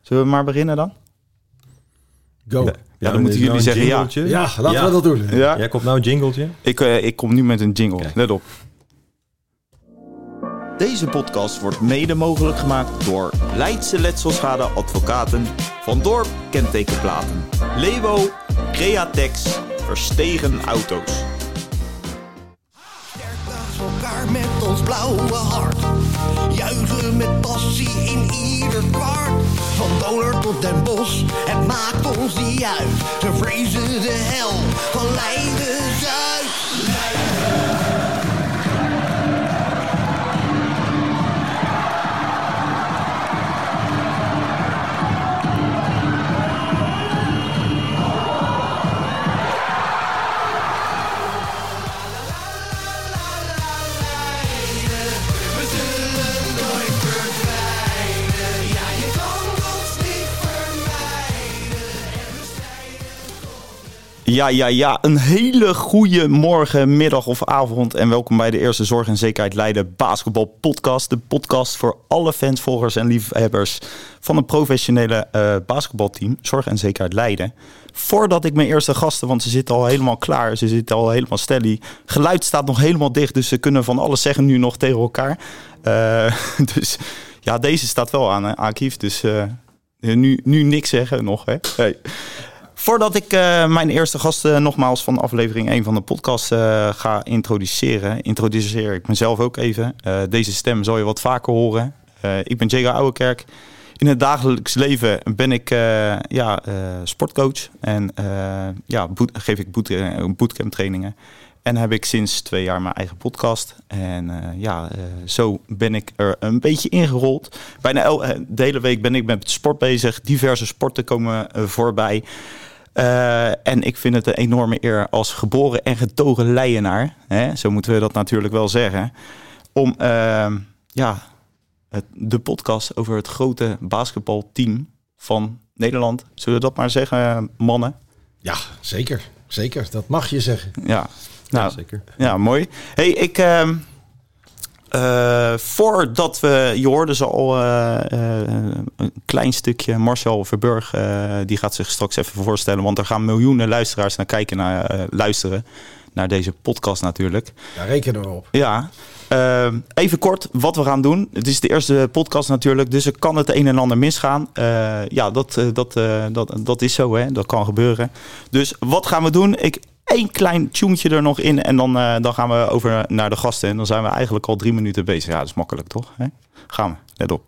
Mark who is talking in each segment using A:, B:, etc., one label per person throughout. A: Zullen we maar beginnen dan?
B: Go.
A: Ja, dan moeten jullie zeggen ja.
B: Ja, laten
C: Ja.
B: we dat doen.
A: Ja?
C: Jij komt nou een jingletje.
A: Ik, eh, ik kom nu met een jingle.
C: Kijk.
A: Let op. Deze podcast wordt mede mogelijk gemaakt door Leidse Letselschade Advocaten, Van Dorp Kentekenplaten, Levo, Createx, Verstegen Auto's.
D: Sterk naast elkaar met ons blauwe hart. Juichen met passie in ieder kwart. Van Doler tot Den Bosch, het maakt ons niet uit. Ze vrezen de hel van Leiden-Zuid.
A: Ja, ja, ja. Een hele goede morgen, middag of avond. En welkom bij de eerste Zorg en Zekerheid Leiden Basketbal Podcast. De podcast voor alle fans, volgers en liefhebbers van een professionele eh, basketbalteam. Zorg en Zekerheid Leiden. Voordat ik mijn eerste gasten, want ze zitten al helemaal klaar. Ze zitten al helemaal stelly. Geluid staat nog helemaal dicht, dus ze kunnen van alles zeggen nu nog tegen elkaar. Eh, dus ja, deze staat wel aan, hè, Akief. Dus eh, nu, nu niks zeggen nog, hè. Hey. Voordat ik eh, mijn eerste gasten nogmaals van aflevering 1 van de podcast eh, ga introduceren, introduceer ik mezelf ook even. Eh, deze stem zal je wat vaker horen. Eh, ik ben Jago Ouwekerk. In het dagelijks leven ben ik eh, ja, eh, sportcoach en eh, ja, boot- geef ik boot, eh, bootcamp trainingen. En heb ik sinds twee jaar mijn eigen podcast. En eh, ja, eh, zo ben ik er een beetje ingerold. Bijna el- eh, de hele week ben ik met sport bezig. Diverse sporten komen eh, voorbij. Eh, en ik vind het een enorme eer als geboren en getogen leienaar. Hè? Zo moeten we dat natuurlijk wel zeggen. Om eh, ja, het, de podcast over het grote basketbalteam van Nederland. Zullen we dat maar zeggen, mannen?
B: Ja, zeker. Zeker, dat mag je zeggen.
A: Ja, nou,
C: zeker.
A: Ja, mooi. hey, ik. ehm, eh, voordat we. Je hoorde ze al eh, eh, een klein stukje. Marcel Verburg. eh, die gaat zich straks even voorstellen. Want er gaan miljoenen luisteraars naar kijken. Naar, eh, luisteren naar deze podcast natuurlijk.
B: Daar rekenen we op.
A: Ja. Ehm, even kort wat we gaan doen. Het is de eerste podcast natuurlijk, dus er kan het een en ander misgaan. Eh, ja, dat, eh, dat, eh, dat, dat is zo, hè. dat kan gebeuren. Dus wat gaan we doen? Ik één klein tunetje er nog in en dan, eh, dan gaan we over naar de gasten. En dan zijn we eigenlijk al drie minuten bezig. Ja, dat is makkelijk toch? Hè? Gaan we, let op.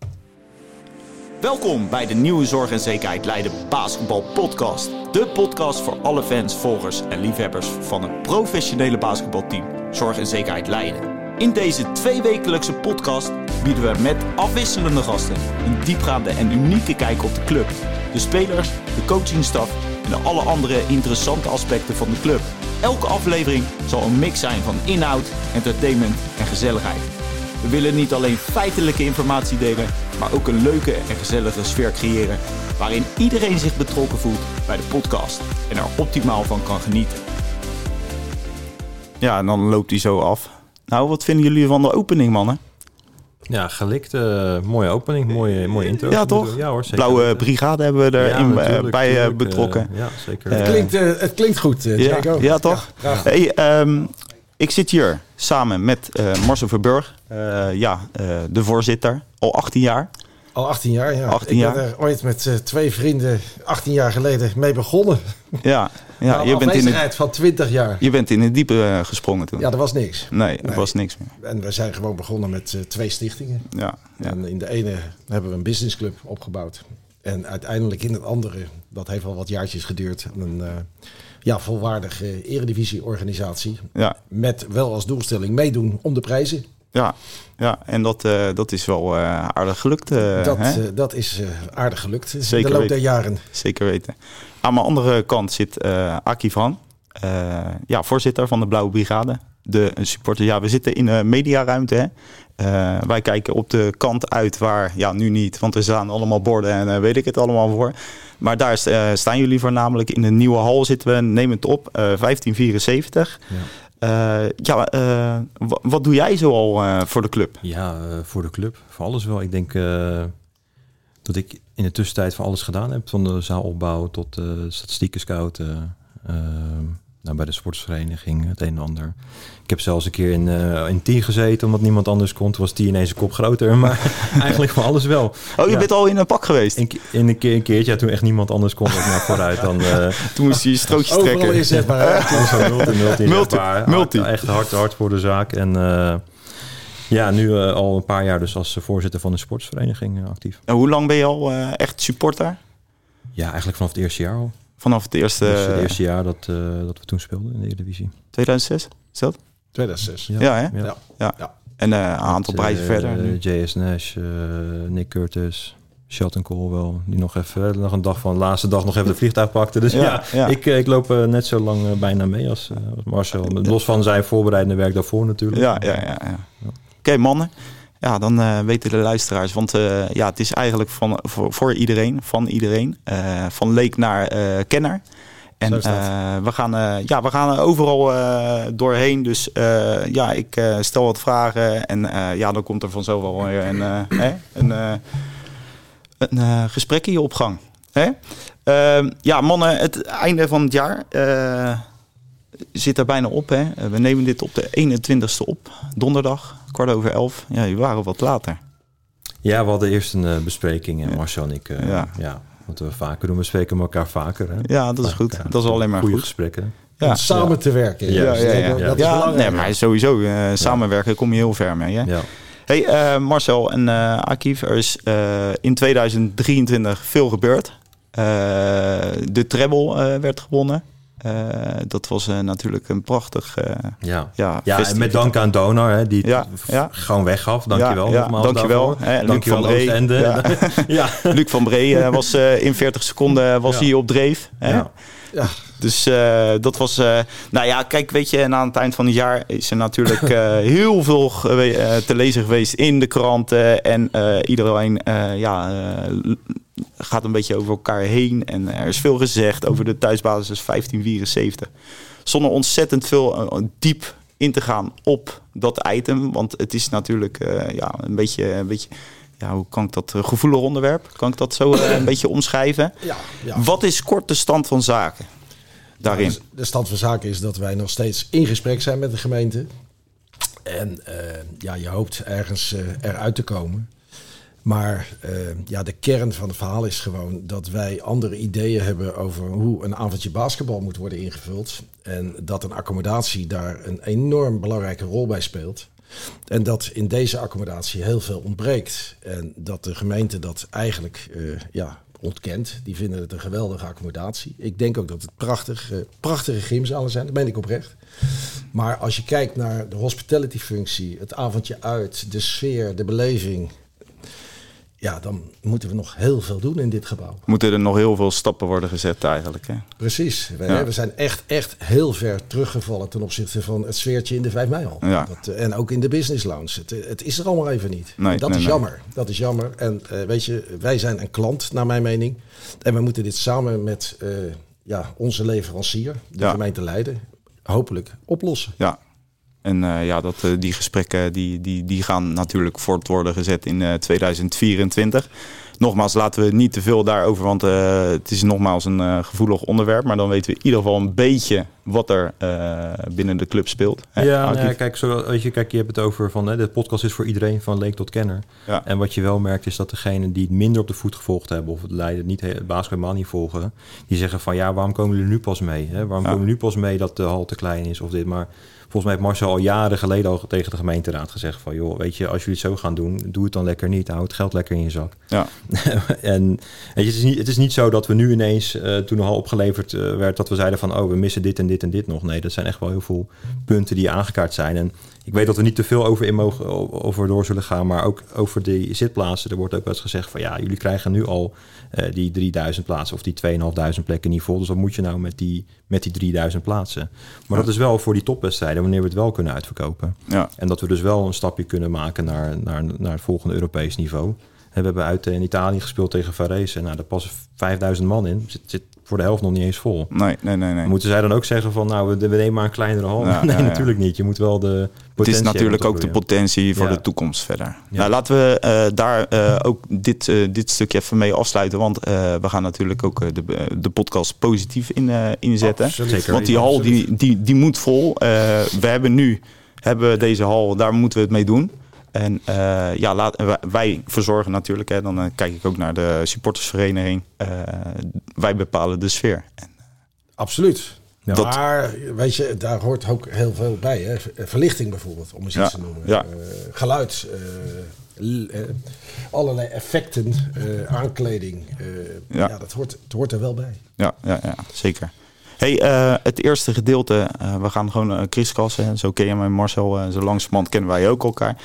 A: Welkom bij de nieuwe Zorg en Zekerheid Leiden Basketbal Podcast. De podcast voor alle fans, volgers en liefhebbers van het professionele basketbalteam Zorg en Zekerheid Leiden. In deze tweewekelijkse podcast bieden we met afwisselende gasten een diepgaande en unieke kijk op de club, de spelers, de coachingstaf en alle andere interessante aspecten van de club. Elke aflevering zal een mix zijn van inhoud, entertainment en gezelligheid. We willen niet alleen feitelijke informatie delen, maar ook een leuke en gezellige sfeer creëren waarin iedereen zich betrokken voelt bij de podcast en er optimaal van kan genieten. Ja, en dan loopt hij zo af. Nou, wat vinden jullie van de opening, mannen?
C: Ja, gelikt. eh, mooie opening, mooie, mooie intro.
A: Ja, toch?
C: Ja hoor, zeker.
A: Blauwe Brigade hebben we
C: Ja,
A: erin eh,
C: natuurlijk,
A: bij eh,
C: natuurlijk, eh,
A: betrokken.
C: ja, zeker.
B: Het, klinkt, eh, het klinkt goed, eh,
A: Ja,
B: Jago.
A: ja, toch?
B: graag.
A: hey, ehm, ik zit hier samen met eh Marcel Verburg, eh, ja, eh, de voorzitter, al 18 jaar.
B: Al 18 jaar, ja.
A: 18
B: ik
A: jaar.
B: ben er ooit met eh, twee vrienden 18 jaar geleden mee begonnen.
A: Ja,
B: Ja,
A: ja
B: een
A: Nou, je, bent in het,
B: afwezigheid van 20 jaar.
A: je bent in het diepe eh, gesprongen toen.
B: Ja, dat was niks.
A: Nee, er
B: Nee.
A: was niks meer.
B: En we zijn gewoon begonnen met eh, twee stichtingen.
A: Ja, ja.
B: En in de ene hebben we een businessclub opgebouwd. En uiteindelijk in het andere, dat heeft al wat jaartjes geduurd, een eh, ja, volwaardige eredivisieorganisatie.
A: ja,
B: Met wel als doelstelling meedoen om de prijzen.
A: ja, ja. En dat, eh, dat is wel eh, aardig gelukt. eh,
B: dat,
A: hè?
B: eh, dat is eh, aardig gelukt in
A: Zeker
B: de loop
A: weten.
B: der jaren.
A: Zeker weten. Aan mijn andere kant zit eh Aki van, eh, ja, voorzitter van de Blauwe Brigade. De supporter, ja, we zitten in een mediaruimte. Hè? Eh, wij kijken op de kant uit waar, ja, nu niet, want er staan allemaal borden en eh, weet ik het allemaal voor. Maar daar is- eh, staan jullie voornamelijk in de nieuwe hal zitten we, neem het op, eh, 1574. Ja, ja eh, wa- wat doe jij zoal eh, voor de club?
C: Ja, eh, voor de club. Voor alles wel. Ik denk eh, dat ik in de tussentijd van alles gedaan heb. Van de zaalopbouw tot eh statistieken scouten. eh, nou, bij de sportsvereniging, het een en ander. Ik heb zelfs een keer in, eh in team gezeten, omdat niemand anders kon. Toen was die ineens een kop groter, maar eigenlijk van alles wel.
A: Oh, je
C: Ja.
A: bent al in een pak geweest.
C: In, in een, keer, een keertje, ja, toen echt niemand anders kon ook maar vooruit dan... eh,
A: Toen moest je je strookjes
B: Overal
A: trekken.
B: inzetbaar.
C: Het was een multi, multi,
A: Multi,
C: zeg maar.
A: multi.
C: Hard- echt hard, hard voor de zaak. En eh, ja, nu eh, al een paar jaar dus als voorzitter van de sportsvereniging eh, actief.
A: En hoe lang ben je al eh, echt supporter?
C: Ja, eigenlijk vanaf het eerste jaar al.
A: Vanaf het eerste,
C: Dus het eerste jaar dat, eh, dat we toen speelden in de Eredivisie.
A: 2006? Is dat?
B: 2006.
A: Ja, hè?
C: Ja.
B: Ja.
A: Ja.
B: Ja.
A: En eh, een aantal prijzen
C: Eh,
A: verder. nu.
C: JS Nash, eh, Nick Curtis, Shelton Colwell. Die nog even, eh, nog een dag van de laatste dag nog even de vliegtuig pakte. Dus
A: Ja,
C: ja,
A: ja.
C: Ik, eh, ik loop eh, net zo lang eh, bijna mee als, eh, als Marcel. Los van zijn voorbereidende werk daarvoor natuurlijk.
A: Ja, ja, ja. ja. Oké, mannen. Ja, dan eh, weten de luisteraars. Want eh, ja, het is eigenlijk van, voor, voor iedereen, van iedereen. eh, van leek naar eh, kenner. En
B: Zo is dat.
A: eh, we, gaan, eh, ja, we gaan er overal eh, doorheen. Dus eh, ja, ik eh, stel wat vragen. En eh, ja, dan komt er vanzelf wel weer een, eh, hè, een, eh, een eh, gesprekje op gang. Hè? Ehm, ja, mannen, het einde van het jaar. eh, zit er bijna op. Hè? Eh, We nemen dit op de 21ste op, donderdag, kwart over elf. Ja, jullie waren wat later.
C: Ja, we hadden eerst een eh, bespreking en Marcel en ik. eh,
A: Ja.
C: ja. wat we vaker doen, we spreken elkaar vaker. Hè?
A: Ja, dat is
C: Bij
A: goed.
C: elkaar.
A: Dat is alleen maar
C: Goede
A: goed.
C: gesprekken.
A: Ja.
B: Om samen te werken. Dus
C: Ja,
A: Ja, ja, ja.
B: Dat, dat is
A: ja
B: belangrijk.
A: nee, maar sowieso, eh, samenwerken kom je heel ver mee. Hè?
C: Ja.
A: Hey, eh, Marcel en eh Akif, er is eh, in 2023 veel gebeurd. Eh, de treble eh, werd gewonnen. Eh, dat was eh, natuurlijk een prachtig... eh,
C: Ja.
A: ja,
C: Ja, en
A: festival.
C: met dank aan Donar, hè, die het
A: Ja,
C: v-
A: ja.
C: gewoon weggaf. Dankjewel
A: Ja, ja,
C: nogmaals
A: dankjewel,
C: daarvoor.
A: hè, Luc
C: dankjewel
A: van Bree.
C: Oostende.
A: Ja.
C: Ja. ja.
A: Luc van Bree eh, was eh, in 40 seconden was
C: Ja.
A: hij op dreef. Hè?
C: Ja.
B: Ja.
A: Dus eh, dat was. eh, nou ja, kijk, weet je, en aan het eind van het jaar is er natuurlijk eh, heel veel gewe- eh, te lezen geweest in de kranten. En eh, iedereen eh, ja, eh, l- gaat een beetje over elkaar heen. En er is veel gezegd over de thuisbasis 1574. Zonder ontzettend veel eh, diep in te gaan op dat item. Want het is natuurlijk eh, ja, een beetje. Een beetje ja, hoe kan ik dat eh, gevoelig onderwerp? Kan ik dat zo eh, een beetje omschrijven?
B: Ja, ja.
A: Wat is kort de stand van zaken daarin?
B: Dus De stand van zaken is dat wij nog steeds in gesprek zijn met de gemeente. En eh, ja, je hoopt ergens eh, eruit te komen. Maar eh, ja, de kern van het verhaal is gewoon dat wij andere ideeën hebben over hoe een avondje basketbal moet worden ingevuld. En dat een accommodatie daar een enorm belangrijke rol bij speelt. En dat in deze accommodatie heel veel ontbreekt. En dat de gemeente dat eigenlijk eh, ja, ontkent. Die vinden het een geweldige accommodatie. Ik denk ook dat het prachtig, eh, prachtige gymzalen zijn. Dat meen ik oprecht. Maar als je kijkt naar de hospitality functie, het avondje uit, de sfeer, de beleving. Ja, dan moeten we nog heel veel doen in dit gebouw.
A: Moeten er nog heel veel stappen worden gezet eigenlijk? Hè?
B: Precies. We,
A: Ja.
B: we zijn echt, echt heel ver teruggevallen ten opzichte van het sfeertje in de 5 mei al.
A: Ja.
B: Dat, eh, en ook in de business lounge. Het, eh, het is er allemaal even niet.
A: Nee,
B: dat
A: nee,
B: is
A: nee.
B: jammer. Dat is jammer. En eh, weet je, wij zijn een klant naar mijn mening. En we moeten dit samen met eh, ja, onze leverancier, de
A: Ja.
B: gemeente Leiden, hopelijk oplossen.
A: Ja. En eh, ja, dat, eh, die gesprekken die, die, die gaan natuurlijk voort worden gezet in eh, 2024. Nogmaals, laten we niet te veel daarover, want eh, het is nogmaals een eh, gevoelig onderwerp. Maar dan weten we in ieder geval een beetje wat er eh, binnen de club speelt. Hè,
C: Ja, nou
A: Akief?
C: ja, kijk, zo, weet je, kijk, je hebt het over van hè, de podcast is voor iedereen van leek tot kenner.
A: Ja.
C: En wat je wel merkt is dat degenen die het minder op de voet gevolgd hebben of het leiden niet he- basketbal helemaal niet volgen, die zeggen van ja, waarom komen jullie nu pas mee? Hè? Waarom komen jullie nu pas mee dat de hal te klein is of dit? Maar volgens mij heeft Marcel al jaren geleden al tegen de gemeenteraad gezegd van joh, weet je, als jullie het zo gaan doen, doe het dan lekker niet. Hou het geld lekker in je zak.
A: ja.
C: en weet je, het, is niet, het is niet zo dat we nu ineens, eh, toen er al opgeleverd eh, werd, dat we zeiden van oh, we missen dit en dit en dit nog. Nee, dat zijn echt wel heel veel punten die aangekaart zijn. En ik weet dat we niet te veel over in mogen over door zullen gaan, maar ook over die zitplaatsen. Er wordt ook wel eens gezegd van ja, jullie krijgen nu al eh, die 3000 plaatsen of die 2500 plekken niet vol. Dus wat moet je nou met die, met die 3000 plaatsen? Maar dat is wel voor die topwedstrijden, wanneer we het wel kunnen uitverkopen.
A: Ja.
C: En dat we dus wel een stapje kunnen maken naar, naar, naar het volgende Europees niveau. En We hebben uit eh, in Italië gespeeld tegen Varese. En nou, daar passen 5000 man in. Zit, zit voor de helft nog niet eens vol.
A: Nee, nee, nee. nee.
C: Moeten zij dan ook zeggen van, nou, we, we nemen maar een kleinere hal?
A: Ja,
C: nee,
A: ja, ja.
C: natuurlijk niet. Je moet wel de potentie
A: het is
C: hebben
A: natuurlijk
C: om te
A: ook de
C: groeien.
A: potentie voor
C: Ja.
A: de toekomst verder. Nou, laten we eh, daar eh, ook dit, eh, dit stukje even mee afsluiten. Want eh, we gaan natuurlijk ook eh, de, eh, de podcast positief in, eh, inzetten.
B: Absoluut.
C: Zeker.
A: Want die hal die, die, die moet vol. Eh, we hebben nu hebben we deze hal, daar moeten we het mee doen. En eh, ja, laat, wij- wij verzorgen natuurlijk, hè, dan eh, kijk ik ook naar de supportersvereniging. Eh, wij bepalen de sfeer.
B: Absoluut.
C: Ja.
A: Dat-
B: Maar weet je, daar hoort ook heel veel bij. Hè? Ver- Verlichting bijvoorbeeld, om eens
A: Ja,
B: iets te noemen.
A: ja.
B: Eh, geluid, eh, l- eh, allerlei effecten, eh, aankleding. eh,
A: Ja.
B: ja, dat hoort, het hoort er wel bij.
A: Ja, ja, ja zeker. hey, eh, het eerste gedeelte. eh, we gaan gewoon eh kriskassen. hè. Zo ken je mij, Marcel. eh, zo langzamerhand kennen wij ook elkaar.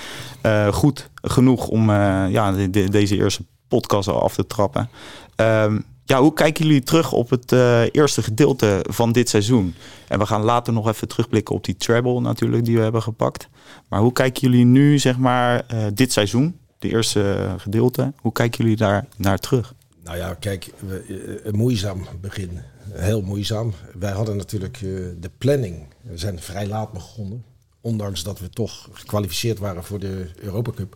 A: Eh, goed genoeg om eh, ja, de- de- deze eerste podcast al af te trappen. Ehm, ja, hoe kijken jullie terug op het eh, eerste gedeelte van dit seizoen? En we gaan later nog even terugblikken op die treble natuurlijk die we hebben gepakt. Maar hoe kijken jullie nu, zeg maar, eh, dit seizoen, de eerste eh, gedeelte, hoe kijken jullie daar naar terug?
B: Nou ja, kijk, we, eh, een moeizaam begin. Heel moeizaam. Wij hadden natuurlijk eh, de planning. We zijn vrij laat begonnen. Ondanks dat we toch gekwalificeerd waren voor de Europa Cup.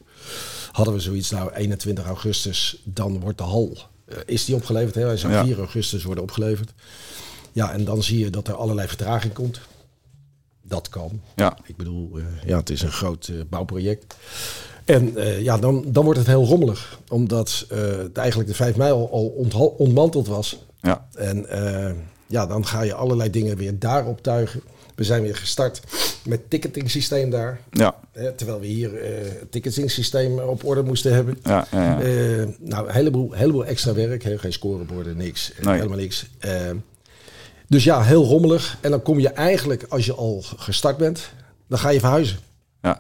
B: Hadden we zoiets, nou 21 augustus, dan wordt de hal. eh, is die opgeleverd? Hè? Hij zou
A: Ja.
B: 4 augustus worden opgeleverd. Ja, en dan zie je dat er allerlei vertraging komt. Dat kan.
A: Ja,
B: Ik bedoel, eh, ja, het is een groot eh, bouwproject. En eh, ja, dan, dan wordt het heel rommelig. Omdat eh, het eigenlijk de 5 mijl al onthal- ontmanteld was.
A: ja,
B: En eh, ja, dan ga je allerlei dingen weer daarop tuigen. We zijn weer gestart met ticketing systeem daar.
A: ja,
B: Hè, terwijl we hier eh het ticketing systeem op orde moesten hebben.
A: ja, ja, ja.
B: Eh, nou, een heleboel, heleboel extra werk. Hè? Geen scoreborden, niks. Eh,
A: Nee.
B: Helemaal niks. Eh, dus ja, heel rommelig. En dan kom je eigenlijk, als je al gestart bent, dan ga je verhuizen.
A: ja.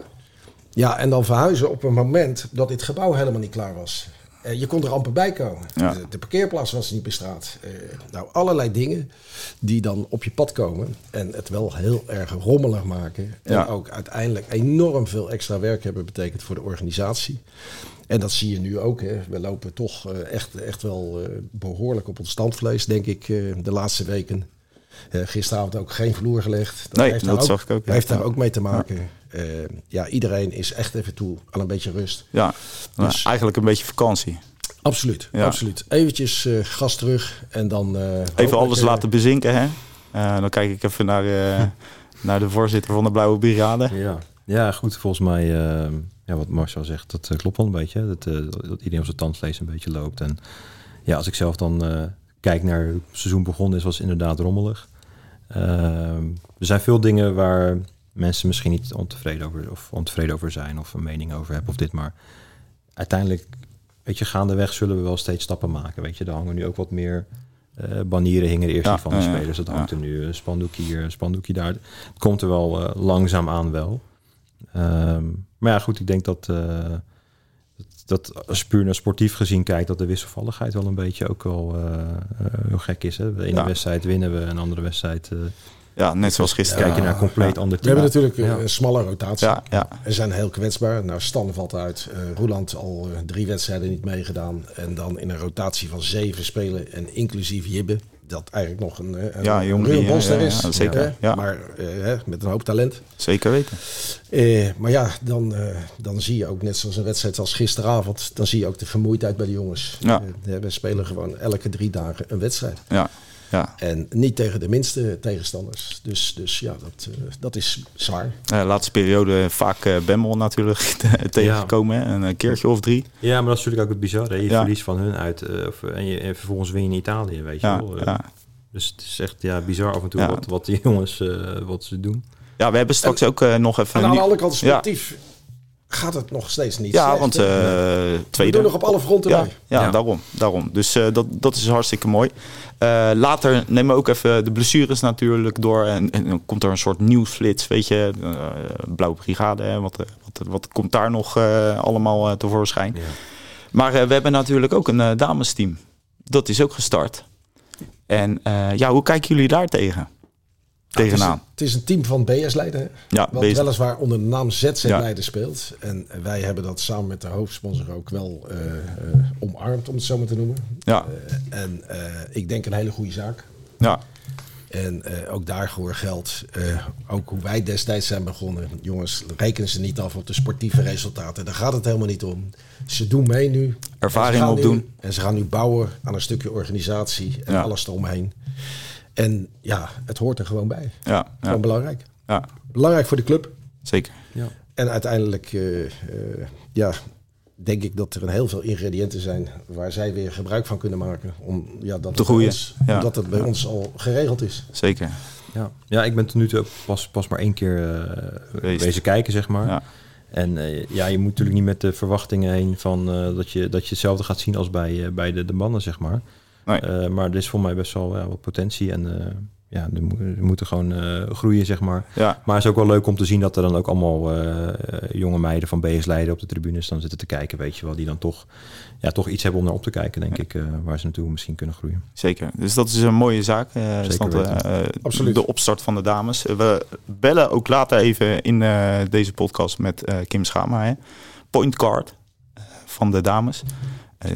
B: Ja, en dan verhuizen op een moment dat dit gebouw helemaal niet klaar was. Eh, je kon er amper bij komen.
A: Ja.
B: De, de parkeerplaats was niet bestraat. Eh, nou, allerlei dingen die dan op je pad komen en het wel heel erg rommelig maken. En
A: Ja.
B: ook uiteindelijk enorm veel extra werk hebben betekend voor de organisatie. En dat zie je nu ook. Hè. We lopen toch eh, echt, echt wel eh, behoorlijk op ons standvlees, denk ik, eh, de laatste weken. Eh, gisteravond ook geen vloer gelegd.
A: Nee,
B: heeft
A: dat
B: daar
A: zag ik ook, ja.
B: Heeft daar
A: Ja.
B: ook mee te maken. Eh, ja, iedereen is echt even toe aan een beetje rust.
A: Ja, nou,
B: Dus-
A: eigenlijk een beetje vakantie.
B: Absoluut,
A: Ja.
B: absoluut. Eventjes eh, gas terug en dan... eh,
A: Even
B: hopelijk,
A: alles
B: eh,
A: laten bezinken, hè? Eh, dan kijk ik even naar, eh, naar de voorzitter van de Blauwe Brigade.
C: Ja. ja, goed. Volgens mij, eh, ja, wat Marcel zegt, dat eh, klopt wel een beetje. Dat, eh, dat iedereen op zijn tandvlees een beetje loopt. En ja, als ik zelf dan eh, kijk naar hoe het seizoen begonnen is, was het inderdaad rommelig. Ehm, er zijn veel dingen waar mensen misschien niet ontevreden over, of ontevreden over zijn of een mening over hebben of dit. Maar uiteindelijk, weet je, gaandeweg zullen we wel steeds stappen maken. Weet je, er hangen nu ook wat meer eh, banieren hingen er eerst
A: Ja,
C: niet van de
A: ja, ja.
C: spelers. Dat
A: Ja.
C: hangt er nu een spandoekje hier, een spandoekje daar. Het komt er wel eh, langzaam aan wel. Ehm, maar ja, goed, ik denk dat, eh, dat, dat als je puur naar sportief gezien kijkt, dat de wisselvalligheid wel een beetje ook wel eh, eh, heel gek is. Hè? De ene
A: Ja.
C: wedstrijd winnen we, een andere wedstrijd eh,
A: Ja, net zoals gisteren.
C: kijk je naar een compleet ander
B: We
C: team.
B: hebben natuurlijk een-
C: Ja.
B: een smalle rotatie.
A: Ja, ja,
B: We zijn heel kwetsbaar. Nou, Stan valt uit. Eh Roeland al eh, drie wedstrijden niet meegedaan. En dan in een rotatie van zeven spelen. En inclusief Jibbe. Dat eigenlijk nog een, eh, een
A: Ja, jong
B: ruwe
A: die, eh,
B: monster
A: ja,
B: is.
A: ja, zeker,
B: hè?
A: ja.
B: Maar eh, hè, met een hoop talent.
A: zeker weten.
B: Eh, maar ja, dan, eh, dan zie je ook net zoals een wedstrijd als gisteravond. Dan zie je ook de vermoeidheid bij de jongens.
A: Ja.
B: Eh, we spelen gewoon elke drie dagen een wedstrijd.
A: Ja, ja.
B: En niet tegen de minste tegenstanders. Dus, dus ja, dat, eh, dat is zwaar.
A: Eh, laatste periode vaak eh Bemmel natuurlijk tegengekomen, hè? Een eh, keertje of drie.
C: Ja, maar dat is natuurlijk ook het bizarre. hè. Je
A: Ja.
C: verliest van hun uit eh, of, en, je, en vervolgens win je in Italië, weet je
A: Ja,
C: wel. Eh,
A: ja.
C: Dus het is echt ja, bizar af en toe
A: Ja.
C: wat, wat die jongens eh, wat ze doen.
A: ja, we hebben straks ook eh, nog even...
B: En
A: een
B: aan de
A: nieuw-
B: andere kant,
A: ja,
B: sportief gaat het nog steeds niet
A: ja,
B: slecht,
A: want
B: hè?
A: eh
B: We
A: tweede...
B: doen nog op alle fronten
A: Ja,
B: mee.
A: ja,
C: Ja.
A: daarom. daarom. Dus eh, dat, dat is hartstikke mooi. Eh, later nemen we ook even de blessures natuurlijk door. En, en dan komt er een soort nieuwsflits, weet je. Eh, Blauwe Brigade, hè. Wat, eh, wat, wat komt daar nog eh, allemaal eh, tevoorschijn?
C: Ja.
A: Maar eh, we hebben natuurlijk ook een eh, damesteam. Dat is ook gestart. En eh, ja, hoe kijken jullie daar tegen? tegenaan.
B: Het is een team van BS-leider. hè?
A: Ja,
B: wat
A: BS.
B: weliswaar onder de naam ZZ-leider speelt. En wij hebben dat samen met de hoofdsponsor ook wel eh, eh, omarmd, om het zo maar te noemen.
A: Ja,
B: Eh, en eh, ik denk een hele goede zaak.
A: ja,
B: En eh, ook daarvoor geldt, eh, ook hoe wij destijds zijn begonnen. Jongens, rekenen ze niet af op de sportieve resultaten. Daar gaat het helemaal niet om. Ze doen mee nu.
A: Ervaring
B: En ze gaan
A: opdoen.
B: nu- En ze gaan nu bouwen aan een stukje organisatie en
A: Ja.
B: alles eromheen. En ja, het hoort er gewoon bij.
A: ja, ja,
B: Gewoon belangrijk.
A: ja,
B: Belangrijk voor de club.
A: zeker.
B: En uiteindelijk, eh, eh, ja, denk ik dat er een heel veel ingrediënten zijn waar zij weer gebruik van kunnen maken. Om, ja, dat het bij
A: groeien,
B: ons-
A: ja.
B: Omdat het bij ons al geregeld is.
A: Zeker.
C: Ja. ja, ik ben tot nu toe pas, pas maar één keer eh,
A: Wees.
C: wezen kijken, zeg maar.
A: Ja.
C: En eh, ja, je moet natuurlijk niet met de verwachtingen heen van, eh, dat, je, dat je hetzelfde gaat zien als bij, eh, bij de, de mannen, zeg maar.
A: Nee.
C: Eh, maar er is voor mij best wel ja, wat potentie en eh, ja, er, moet- er moeten gewoon eh, groeien, zeg maar.
A: Ja,
C: Maar het is ook wel leuk om te zien dat er dan ook allemaal eh, eh, jonge meiden van BS Leiden op de tribunes dan zitten te kijken, weet je wel. Die dan toch, ja, toch iets hebben om naar op te kijken, denk ik, eh, waar ze naartoe misschien kunnen groeien.
A: zeker. Dus dat is een mooie zaak. eh, is dat, eh,
C: weten.
A: eh,
B: Absoluut.
A: De opstart van de dames. Eh, We bellen ook later even in eh, deze podcast met eh, Kim Schama. Hè? Point guard eh, van de dames. Eh,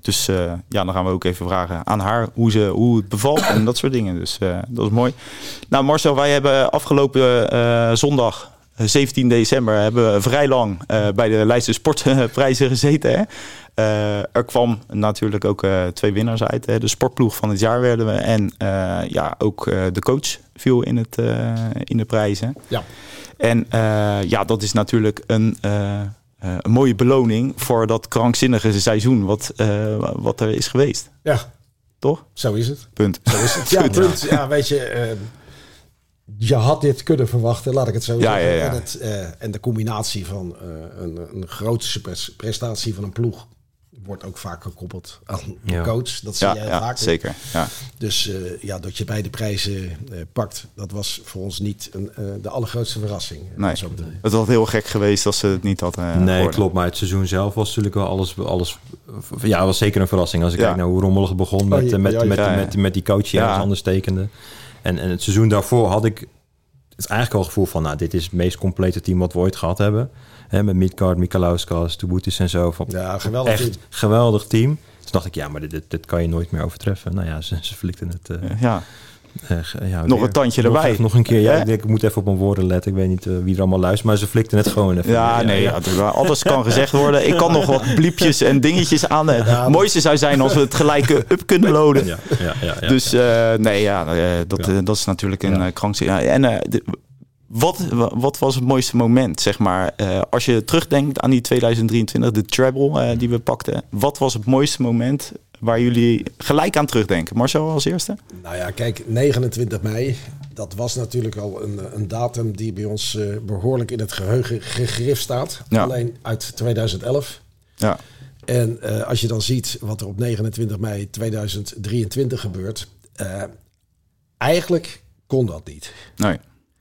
A: dus eh, ja, dan gaan we ook even vragen aan haar hoe, ze, hoe het bevalt en dat soort dingen. Dus eh, dat is mooi. Nou Marcel, wij hebben afgelopen eh, zondag, eh, 17 december, hebben we vrij lang eh, bij de lijsten sportprijzen gezeten. Hè? Eh, er kwam natuurlijk ook eh, twee winnaars uit. Hè? De sportploeg van het jaar werden we. En eh, ja, ook eh, de coach viel in, het, eh, in de prijzen.
B: Ja.
A: En eh, ja, dat is natuurlijk een, eh, eh, een mooie beloning voor dat krankzinnige seizoen wat, eh, wat er is geweest.
B: Ja,
A: Toch?
B: zo is het.
A: Punt.
B: Zo is het. Ja, punt. Ja, weet je, eh, je had dit kunnen verwachten, laat ik het zo
A: Ja,
B: zeggen.
A: ja, ja.
B: En, het, eh, en de combinatie van eh, een, een grootste pres- prestatie van een ploeg wordt ook vaak gekoppeld aan
C: Ja.
B: een coach. Dat zie
A: Ja,
B: je heel
A: ja
B: vaak.
A: zeker. Ja,
B: Dus eh, ja, dat je beide prijzen eh, pakt, dat was voor ons niet een, eh, de allergrootste verrassing. eh,
A: nee.
B: zo bedoel je.
A: Het was heel gek geweest als ze het niet hadden. eh,
C: Nee,
A: geworden.
C: klopt. Maar het seizoen zelf was natuurlijk wel alles... alles ja, was zeker een verrassing. Als ik
A: Ja.
C: kijk naar hoe rommelig het begon met,
B: Oh, ja,
C: eh, met,
B: ja, ja.
C: met,
A: Ja, ja.
C: met, met die coach die
A: Ja.
C: ergens anders tekende. En, en het seizoen daarvoor had ik het eigenlijk al het gevoel van... Nou, dit is het meest complete team wat we ooit gehad hebben. Hè, met Midgard, Mikalauskas, Tubutis en zo. Van,
B: Ja, geweldig
C: Echt
B: team.
C: geweldig team. Toen dacht ik, ja, maar dit, dit, dit kan je nooit meer overtreffen. Nou ja, ze, ze flikten het... eh,
A: Ja,
C: eh, ge- ja,
A: Nog
C: weer.
A: een tandje
C: Nog
A: erbij.
C: even- Nog, een keer, ja.
A: Hè?
C: Ik, denk, ik moet even op mijn woorden letten. Ik weet niet eh, wie er allemaal luistert, maar ze flikten het gewoon even.
A: ja, nee, ja. natuurlijk. alles kan gezegd worden. Ik kan nog wat bliepjes en dingetjes aan. eh, Het mooiste zou zijn als we het gelijk eh, up kunnen loaden.
C: Ja, ja, ja, ja.
A: dus eh, nee, ja, eh, dat, eh, dat is natuurlijk een
C: Ja.
A: ja. Ja, en eh, de- wat, wa- wat was het mooiste moment, zeg maar? Eh, als je terugdenkt aan die 2023, de treble eh, die we pakten. Wat was het mooiste moment waar jullie gelijk aan terugdenken? Marcel als eerste?
B: Nou ja, kijk, 29 mei, dat was natuurlijk al een, eh, een datum die bij ons eh, behoorlijk in het geheugen gegrift staat.
A: Ja.
B: Alleen uit 2011.
A: Ja,
B: En eh, als je dan ziet wat er op 29 mei 2023 gebeurt, eh, eigenlijk kon dat niet.
A: nee,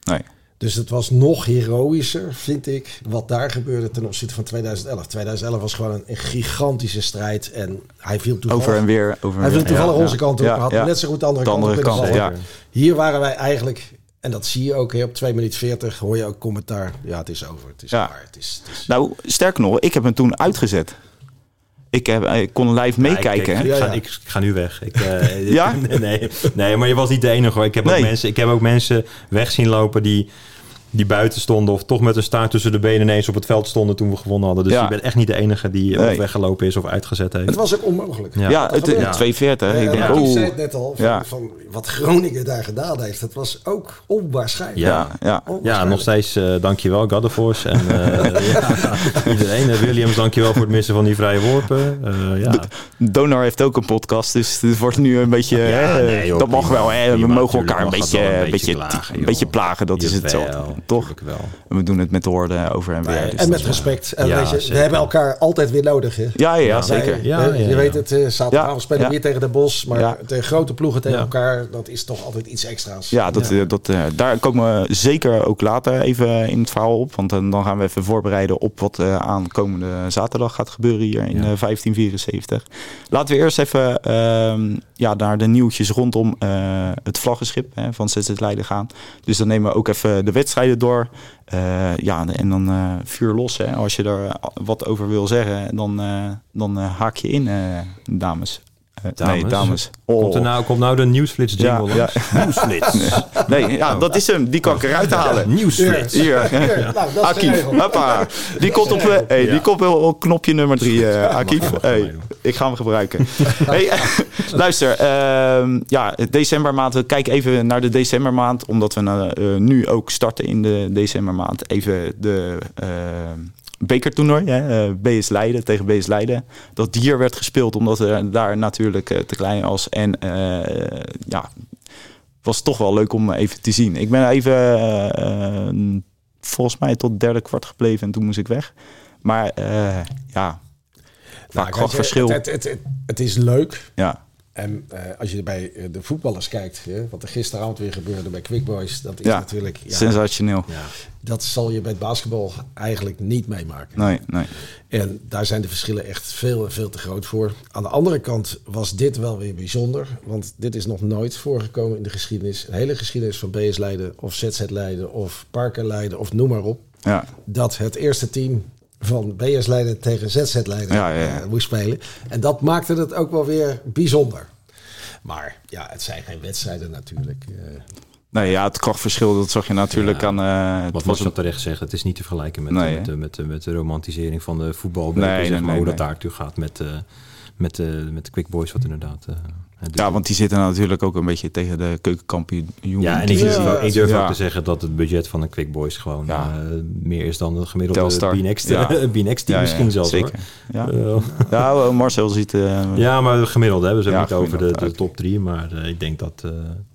A: nee.
B: Dus het was nog heroïscher, vind ik, wat daar gebeurde ten opzichte van 2011. 2011 was gewoon een, een gigantische strijd en hij viel toevallig,
A: Over en weer, over en
B: hij viel
A: weer.
B: toevallig
A: Ja,
B: onze
A: ja.
B: kant op.
A: Ja,
B: maar had
A: ja.
B: net zo goed de andere
A: De
B: kant op
A: andere
B: kunnen
A: kant,
B: vallen.
A: ja.
B: Hier waren wij eigenlijk, en dat zie je ook hè, op 2 minuten 40, hoor je ook commentaar. Ja, het is over, het is
A: Ja.
B: klaar, het is... Het is
A: Nou, sterker nog, ik heb hem toen uitgezet. Ik, heb, ik kon live
C: Ja, ik-
A: meekijken.
C: Ik, ik,
B: Ja,
C: ga,
B: ja.
C: ik ga nu weg. Ik, eh,
A: Ja?
C: nee, nee, maar je was niet de enige hoor. Ik heb,
A: Nee.
C: ook, mensen, ik heb ook mensen weg zien lopen die, die buiten stonden. Of toch met een staart tussen de benen ineens op het veld stonden toen we gewonnen hadden. Dus
A: Ja.
C: je bent echt niet de enige die eh,
A: Nee.
C: of weggelopen is of uitgezet heeft.
B: het was ook onmogelijk.
A: ja, het,
B: gebeurt.
A: 240. ik
B: Ja,
A: denk,
B: maar ik
A: oh.
B: zei het net al, van,
A: Ja.
B: van wat Groningen daar gedaan heeft, dat was ook onwaarschijnlijk.
A: Ja, ja.
C: Ja,
B: Onwaarschijnlijk.
C: nog steeds eh dankjewel Goddeforce en eh, ja, iedereen. Eh, Williams, dankjewel voor het missen van die vrije worpen. Eh, ja.
A: Donar heeft ook een podcast, dus het wordt nu een beetje...
C: Ja,
A: hè,
C: nee, joh,
A: dat mag
C: prima,
A: wel, hè. we
C: prima,
A: mogen
C: tuurlijk,
A: elkaar een
C: mag
A: beetje,
C: dat wel
A: een beetje, plagen,
C: joh.
A: beetje plagen. Dat is
C: Jawel,
A: hetzelfde, toch?
C: tuurlijk wel.
A: We doen het met de woorden over en weer. dus
B: En
A: dat
B: met
A: is wel-
B: respect. En
C: Ja,
B: weet je, we
C: zeker.
B: hebben elkaar altijd weer nodig. Hè?
A: Ja, ja,
B: Wij-
A: zeker.
C: Ja,
B: hè,
C: ja,
B: je
C: ja.
B: weet het, eh, zaterdagavond
A: Ja,
B: spelen
A: ja.
B: we weer tegen de Bos. Maar
A: Ja.
B: de grote ploegen tegen
C: Ja.
B: elkaar, dat is toch altijd iets extra's.
A: Ja, dat, eh, Dat, eh, daar komen we zeker ook later even in het verhaal op. Want eh, dan dan gaan we even voorbereiden op wat eh, aankomende zaterdag gaat gebeuren hier in eh, 1574. Laten we eerst even ehm, ja, naar de nieuwtjes rondom eh, het vlaggenschip hè, van ZZ Leiden gaan. Dus dan nemen we ook even de wedstrijden door. Eh, ja, en dan eh, vuur los. Hè. Als je daar eh, wat over wil zeggen, dan, eh, dan eh, haak je in, eh, dames. Eh, Nee,
C: Dames?
A: dames.
C: Komt, er
A: Oh.
C: nou, komt nou de nieuwsflits
A: Ja,
C: jingle
A: ja.
C: langs? Nieuwsflits.
A: Nee, ja, dat is hem. Die kan ik eruit halen.
C: Nieuwsflits.
A: Hier,
B: Nou, dat is de
A: Akif,
B: regel.
A: hoppa. Die komt op, eh, hey, die komt wel op knopje nummer drie, eh Akif.
C: mag wel
A: Hey,
C: van mij, joh.
A: ik ga hem gebruiken. hey, eh, luister, ehm, ja, decembermaand. We kijken even naar de decembermaand. Omdat we eh, eh, nu ook starten in de decembermaand. Even de eh, bekertoernooi. Hè, eh, BS Leiden tegen BS Leiden. Dat hier werd gespeeld omdat er daar natuurlijk eh, te klein was. En eh, ja, was toch wel leuk om even te zien. Ik ben even eh, eh, volgens mij tot derde kwart gebleven en toen moest ik weg. Maar eh,
C: Nou,
A: ja, vaak groot
B: kijk, Nou, je,
A: verschil.
B: Het, het, het, het is leuk.
A: ja,
B: En eh, als je bij eh, de voetballers kijkt, hè, wat er gisteravond weer gebeurde bij Quick Boys, dat is
A: ja,
B: natuurlijk. ja,
A: sensationeel.
B: ja, dat zal je bij het basketbal eigenlijk niet meemaken.
A: Nee, nee.
B: En daar zijn de verschillen echt veel en veel te groot voor. Aan de andere kant was dit wel weer bijzonder. Want dit is nog nooit voorgekomen in de geschiedenis. Een hele geschiedenis van BS Leiden of ZZ Leiden of Parker Leiden of noem maar op.
A: Ja,
B: Dat het eerste team van BS Leiden tegen ZZ Leiden
A: Ja, ja, ja.
B: eh, moest spelen. En dat maakte het ook wel weer bijzonder. Maar ja, het zijn geen wedstrijden natuurlijk. eh.
A: nee, ja, het krachtverschil, dat zag je natuurlijk aan... eh, het
C: Wat
A: was
C: was
A: een-
C: dat terecht zeggen? Het is niet te vergelijken met,
A: Nee,
C: eh,
A: hè?
C: met, de- met, de- met de romantisering van de voetbal. zeg
A: nee,
C: maar,
A: nee,
C: hoe
A: nee.
C: dat daar toe gaat met, eh, met, eh, met de Quick Boys, wat inderdaad. eh, het
A: ja, want die zitten natuurlijk ook een beetje tegen de keukenkampioen.
C: Ja, en ik
B: Ja.
C: durf, ook, ik durf
A: Ja.
C: ook te zeggen dat het budget van een Quick Boys gewoon
A: Ja.
C: eh, meer is dan het gemiddelde
A: Telstar.
C: BNX-team
A: Ja. Ja, ja,
C: misschien zelfs. hoor.
A: Zeker. Ja.
C: Eh,
A: Ja, Marcel ziet eh,
C: ja, maar gemiddeld hebben ze
A: Ja,
C: hebben het over de,
A: gemiddeld,
C: de
A: oké.
C: top drie. Maar eh, ik denk dat... eh,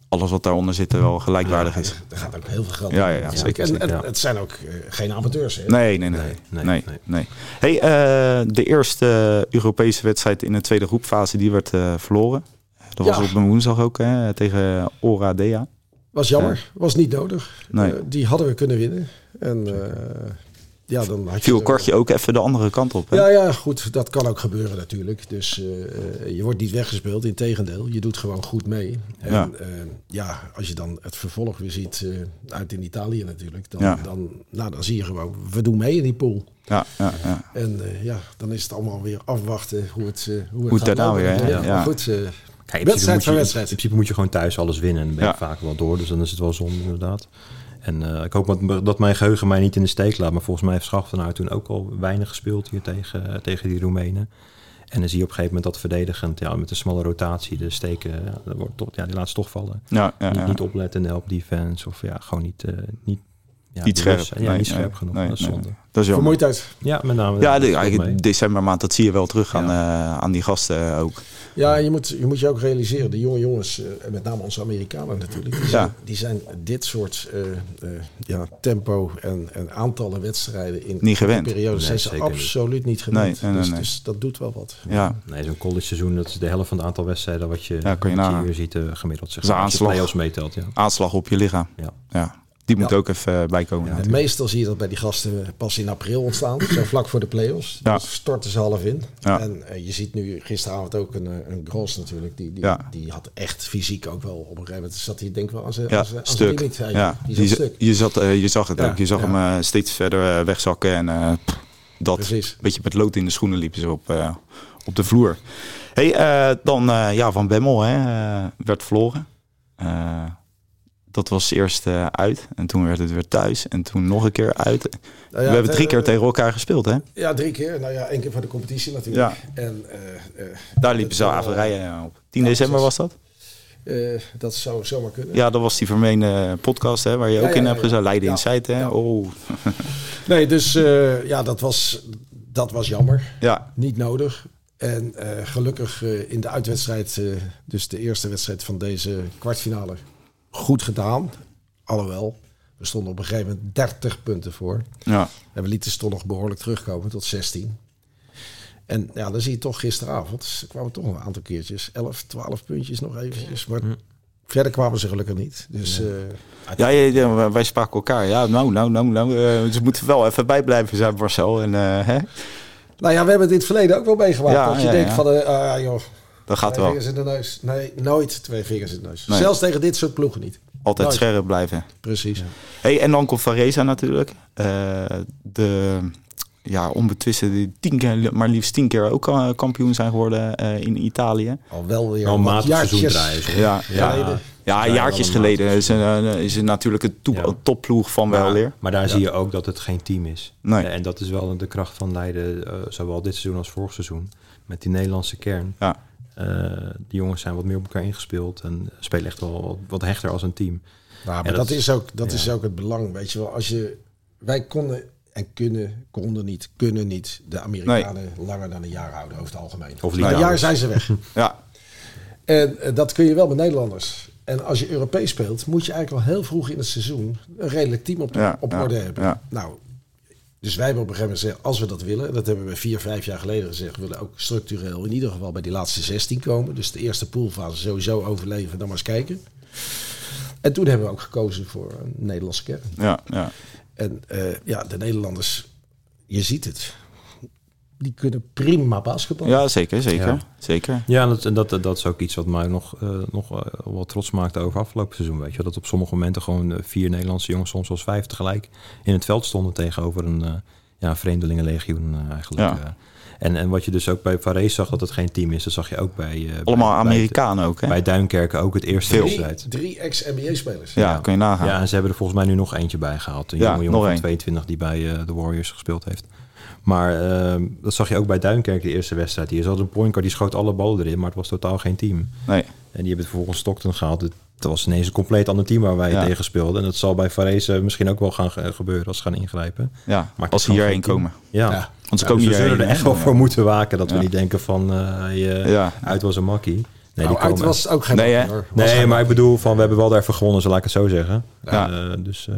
A: alles wat daaronder zit er wel gelijkwaardig is.
B: Er gaat ook heel veel geld
A: Ja,
B: in.
A: ja, ja,
B: En-
A: zeker,
B: en,
C: zeker, ja.
B: het zijn ook eh, geen amateurs. Hè?
A: Nee, nee, nee. nee,
C: Nee,
A: nee,
C: nee,
A: nee. Hey, eh, de eerste Europese wedstrijd in de tweede groepfase die werd eh, verloren. Dat
B: Ja.
A: was op een woensdag ook hè, tegen Ora Dea.
B: Was jammer, was niet nodig.
A: Nee.
B: Eh, die hadden we kunnen winnen. En eh, ja, dan had
A: Viel
B: je...
A: Kortje ook even de andere kant op. Hè?
B: Ja, ja, goed, dat kan ook gebeuren natuurlijk. Dus eh, eh, je wordt niet weggespeeld, integendeel. Je doet gewoon goed mee. En
A: Ja.
B: ja, ja als je dan het vervolg weer ziet eh, uit in Italië natuurlijk, dan,
A: Ja.
B: dan, nou, dan zie je gewoon, we doen mee in die pool.
A: Ja, ja, ja.
B: En eh, ja, dan is het allemaal weer afwachten hoe het, eh, hoe het
A: Hoe het
B: gaat
A: daarna
B: lopen.
A: weer, hè?
B: Ja,
A: Ja.
B: maar goed, eh,
C: kijk, in principe
B: wedstrijd
C: moet je-
B: voor
C: In
B: wedstrijd.
C: principe moet je gewoon thuis alles winnen. En dan ben je
A: Ja.
C: vaak wel door. Dus dan is het wel zonde inderdaad. En eh, ik hoop dat, dat mijn geheugen mij niet in de steek laat. Maar volgens mij heeft Schaftenaar toen ook al weinig gespeeld hier tegen, eh, tegen die Roemenen. En dan zie je op een gegeven moment dat verdedigend, ja, met de smalle rotatie, de steken, ja, dat wordt toch, ja, die laat ze toch vallen.
A: Ja, ja, ja.
C: Niet, niet opletten in de help defense of ja, gewoon niet, eh, niet, ja,
A: Niet
C: bewust
A: scherp.
C: zijn. Ja,
A: Nee,
C: niet
A: nee,
C: scherp genoeg.
A: nee,
C: dat is
A: nee.
C: zonde.
A: Dat is jammer.
B: Vermoeidheid.
C: Ja, met name.
A: Ja,
C: dat
A: de,
C: speelt mee.
A: eigenlijk decembermaand, dat zie je wel terug aan, eh, aan die gasten ook.
B: Ja, je moet, je moet je ook realiseren, de jonge jongens, eh, en met name onze Amerikanen natuurlijk, die zijn, die zijn dit soort eh, eh, ja, tempo en, en aantallen wedstrijden in
A: Niet gewend.
B: die periode
C: Nee,
B: zijn ze
C: zeker niet.
B: absoluut niet gewend.
A: Nee, nee, nee,
B: dus,
A: nee.
B: dus dat doet wel wat.
A: Ja,
C: Nee, zo'n college seizoen, dat is de helft van het aantal wedstrijden wat je,
A: Ja, kan je
C: wat
A: nagaan.
C: hier ziet eh, gemiddeld.
A: Dat
C: Zeg
A: is
C: maar,
A: een
C: als je
A: aanslag.
C: play-offs meetelt, ja.
A: aanslag op je lichaam.
C: ja.
A: Ja. Die moet
B: Ja.
A: ook even eh, bijkomen.
B: En meestal zie je dat bij die gasten pas in april ontstaan, zo vlak voor de play-offs.
A: Ja.
B: Dan storten ze half in.
A: Ja.
B: En eh, je ziet nu gisteravond ook een, eh, een Gros natuurlijk, die, die,
A: Ja.
B: die had echt fysiek ook wel op een gegeven moment, zat hij denk ik wel aan zijn
A: Ja,
B: aan zijn- aan zijn
A: stuk.
B: limiet. Hij-
A: ja.
B: die
A: je,
B: zat
A: za-
B: stuk.
A: Je, zat, eh, je zag het
B: Ja,
A: ook. Je zag
B: ja.
A: hem eh, steeds verder eh, wegzakken. En eh, pff, dat
B: Precies.
A: beetje met lood in de schoenen liepen ze op, eh, op de vloer. hey, eh, dan eh, ja, Van Bemmel hè, eh, werd verloren. Eh, dat was eerst eh, uit. En toen werd het weer thuis. En toen nog een keer uit.
B: Nou ja,
A: We hebben drie
B: eh,
A: keer tegen elkaar gespeeld. Hè?
B: Ja, drie keer. Nou ja, één keer voor de competitie natuurlijk. En eh, eh,
A: Daar liepen ze
B: dat-
A: averijen op. 10
B: Ja,
A: december was
B: precies.
A: dat?
B: eh, dat zou zomaar kunnen.
A: Ja, dat was die vermeende podcast hè, waar je
B: Ja,
A: ook
B: ja,
A: in
B: ja,
A: hebt
B: ja.
A: gezet. Leiden
B: Ja.
A: Insight. Hè? Oh,
B: Nee, dus eh, ja, dat was, dat was jammer.
A: ja.
B: Niet nodig. En eh, gelukkig eh, in de uitwedstrijd, eh, dus de eerste wedstrijd van deze kwartfinale, goed gedaan. Alhoewel, we stonden op een gegeven moment 30 punten voor.
A: ja.
B: En we lieten ze toch nog behoorlijk terugkomen tot 16. En ja, dan zie je toch gisteravond, ze kwamen toch een aantal keertjes, 11, 12 puntjes nog eventjes. Maar verder kwamen ze gelukkig niet. Dus eh,
A: Ja, ja, ja, wij spraken elkaar. Ja, nou, nou, nou, nou. eh, ze moeten wel even bij blijven zijn, Marcel. En, eh, hè?
B: Nou ja, we hebben dit verleden ook wel meegemaakt.
A: Ja,
B: dat je
A: ja,
B: denkt
A: ja.
B: van, eh, ah joh,
A: Dat gaat
B: Twee
A: wel.
B: vingers in de neus. Nee, nooit twee vingers in de neus.
A: Nee.
B: Zelfs tegen dit soort ploegen niet.
A: Altijd
B: Nooit.
A: scherp blijven.
B: Precies.
A: Hey, en dan komt Vareza natuurlijk. Eh, de ja, onbetwiste die tien keer, maar liefst tien keer ook eh, kampioen zijn geworden eh, in Italië.
B: Al wel weer
C: Al een
B: wat
C: matig seizoen
B: jaartjes
C: draaien. ze.
A: Ja, ja.
B: geleden.
A: ja,
C: Ja,
A: jaartjes
C: allemaal.
A: geleden is, een- eh, is het natuurlijk een toe-
C: Ja.
A: een topploeg van wel
C: Maar,
A: weer.
C: maar daar zie je ook dat het geen team is.
A: Nee.
C: En dat is wel de kracht van Leiden, eh, zowel dit seizoen als vorig seizoen. Met die Nederlandse kern.
A: Ja.
C: Eh, die jongens zijn wat meer op elkaar ingespeeld en spelen echt wel wat, wat hechter als een team.
B: Nou, maar
C: Ja,
B: dat,
C: dat is-
B: is ook, dat
C: ja.
B: is ook het belang. Weet je wel, als je. Wij konden en kunnen, konden niet, kunnen niet de Amerikanen langer dan een jaar houden over het algemeen.
C: Of
B: Na een
C: Litouwers.
B: jaar zijn ze weg.
A: Ja,
B: en eh, dat kun je wel met Nederlanders. En als je Europees speelt, moet je eigenlijk al heel vroeg in het seizoen een redelijk team op, de,
A: Ja,
B: op
A: ja,
B: orde hebben.
A: ja.
B: Nou, dus wij hebben op een gegeven moment gezegd, als we dat willen, en dat hebben we vier, vijf jaar geleden gezegd, we willen ook structureel in ieder geval bij die laatste 16 komen. Dus de eerste poolfase sowieso overleven, dan maar eens kijken. En toen hebben we ook gekozen voor een Nederlandse kern.
A: ja, ja.
B: En eh, ja, de Nederlanders, je ziet het, die kunnen prima basketballen.
A: ja zeker, zeker.
C: Ja.
A: zeker.
C: Ja, en dat, en dat, dat is ook iets wat mij nog, eh, nog eh, wel trots maakte over afgelopen seizoen. Weet je? wel. Dat op sommige momenten gewoon eh, vier Nederlandse jongens, soms zelfs vijf tegelijk, in het veld stonden tegenover een eh, ja, vreemdelingenlegioen eh, eigenlijk.
A: Ja.
C: eh. en, en wat je dus ook bij Varese zag, dat het geen team is, dat zag je ook bij... eh, bij-
A: Allemaal
C: bij-
A: Amerikanen ook, hè?
C: Bij Duinkerken ook het eerste
A: Veel.
B: Drie,
C: wedstrijd.
B: drie ex-NBA-spelers.
A: ja, kun je nagaan.
C: Ja, en ze hebben er volgens mij nu nog eentje bij gehaald. Een
A: Ja,
C: jonge jongen
A: nog
C: van
A: één.
C: 22 die bij eh, de Warriors gespeeld heeft. Maar ehm, dat zag je ook bij Duinkerk, de eerste wedstrijd. Die had een pointcard, die schoot alle ballen erin, maar het was totaal geen team.
A: Nee.
C: En die hebben het vervolgens Stockton gehaald. Het was ineens een compleet ander team waar wij
A: Ja.
C: tegen speelden. En dat zal bij Varese misschien ook wel gaan ge- gebeuren als ze gaan ingrijpen.
A: Ja,
C: Maar
A: als
C: het is
A: ze
C: gewoon
A: hierheen
C: geen team.
A: komen.
C: Ja.
B: Ja.
A: Want ze
C: Ja,
A: komen
C: dus we
A: hierheen,
C: zullen er echt
A: hè?
C: wel voor moeten waken dat
A: Ja.
C: we niet denken van eh, je,
A: Ja.
C: uit was een makkie. Nee,
B: Nou,
C: die
B: uit
C: komen-
B: was het ook geen
A: Nee,
B: probleem,
A: hè?
B: hoor. Was
C: Nee,
B: geen
C: maar ik bedoel, van, we hebben wel daarvoor gewonnen, zo laat ik het zo zeggen.
A: Ja.
C: Eh, dus eh,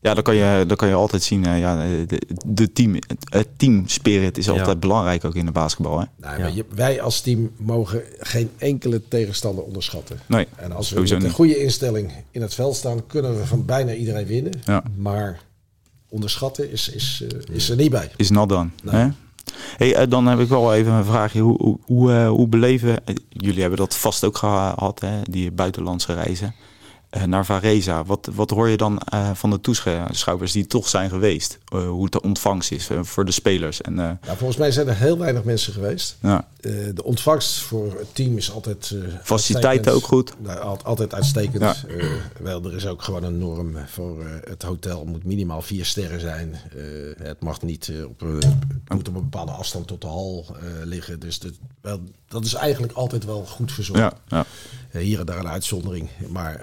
A: Ja, dan kan je, dan kan je altijd zien. eh, ja, de, de team, het- het team spirit is altijd belangrijk ook in de basketbal. Hè?
B: Nee, maar je- wij als team mogen geen enkele tegenstander onderschatten.
A: Nee,
B: En als we met
A: sowieso
B: een
A: niet.
B: goede instelling in het veld staan, kunnen we van bijna iedereen winnen.
A: Ja.
B: Maar onderschatten is, is, eh, is er niet bij.
A: Is not done. Hè? Hey, eh, dan heb ik wel even een vraagje. Hoe, hoe, hoe, eh, hoe beleven... eh, jullie hebben dat vast ook gehad, hè? die buitenlandse reizen. eh, naar Vareza. Wat, wat hoor je dan eh, van de toeschouwers die toch zijn geweest? Eh, hoe het de ontvangst is eh, voor de spelers. En, eh,
B: Nou, volgens mij zijn er heel weinig mensen geweest.
A: ja.
B: Eh, de ontvangst voor het team is altijd. eh,
A: Faciliteiten
B: uitstekend.
A: ook goed.
B: Nou, al- altijd uitstekend.
A: Ja.
B: Eh, wel, er is ook gewoon een norm voor eh, het hotel. moet minimaal vier sterren zijn. Eh, het mag niet eh, op, een- het moet op een bepaalde afstand tot de hal eh, liggen. Dus dat, wel, dat is eigenlijk altijd wel goed verzorgd.
A: Ja, ja.
B: Eh, hier en daar een uitzondering. Maar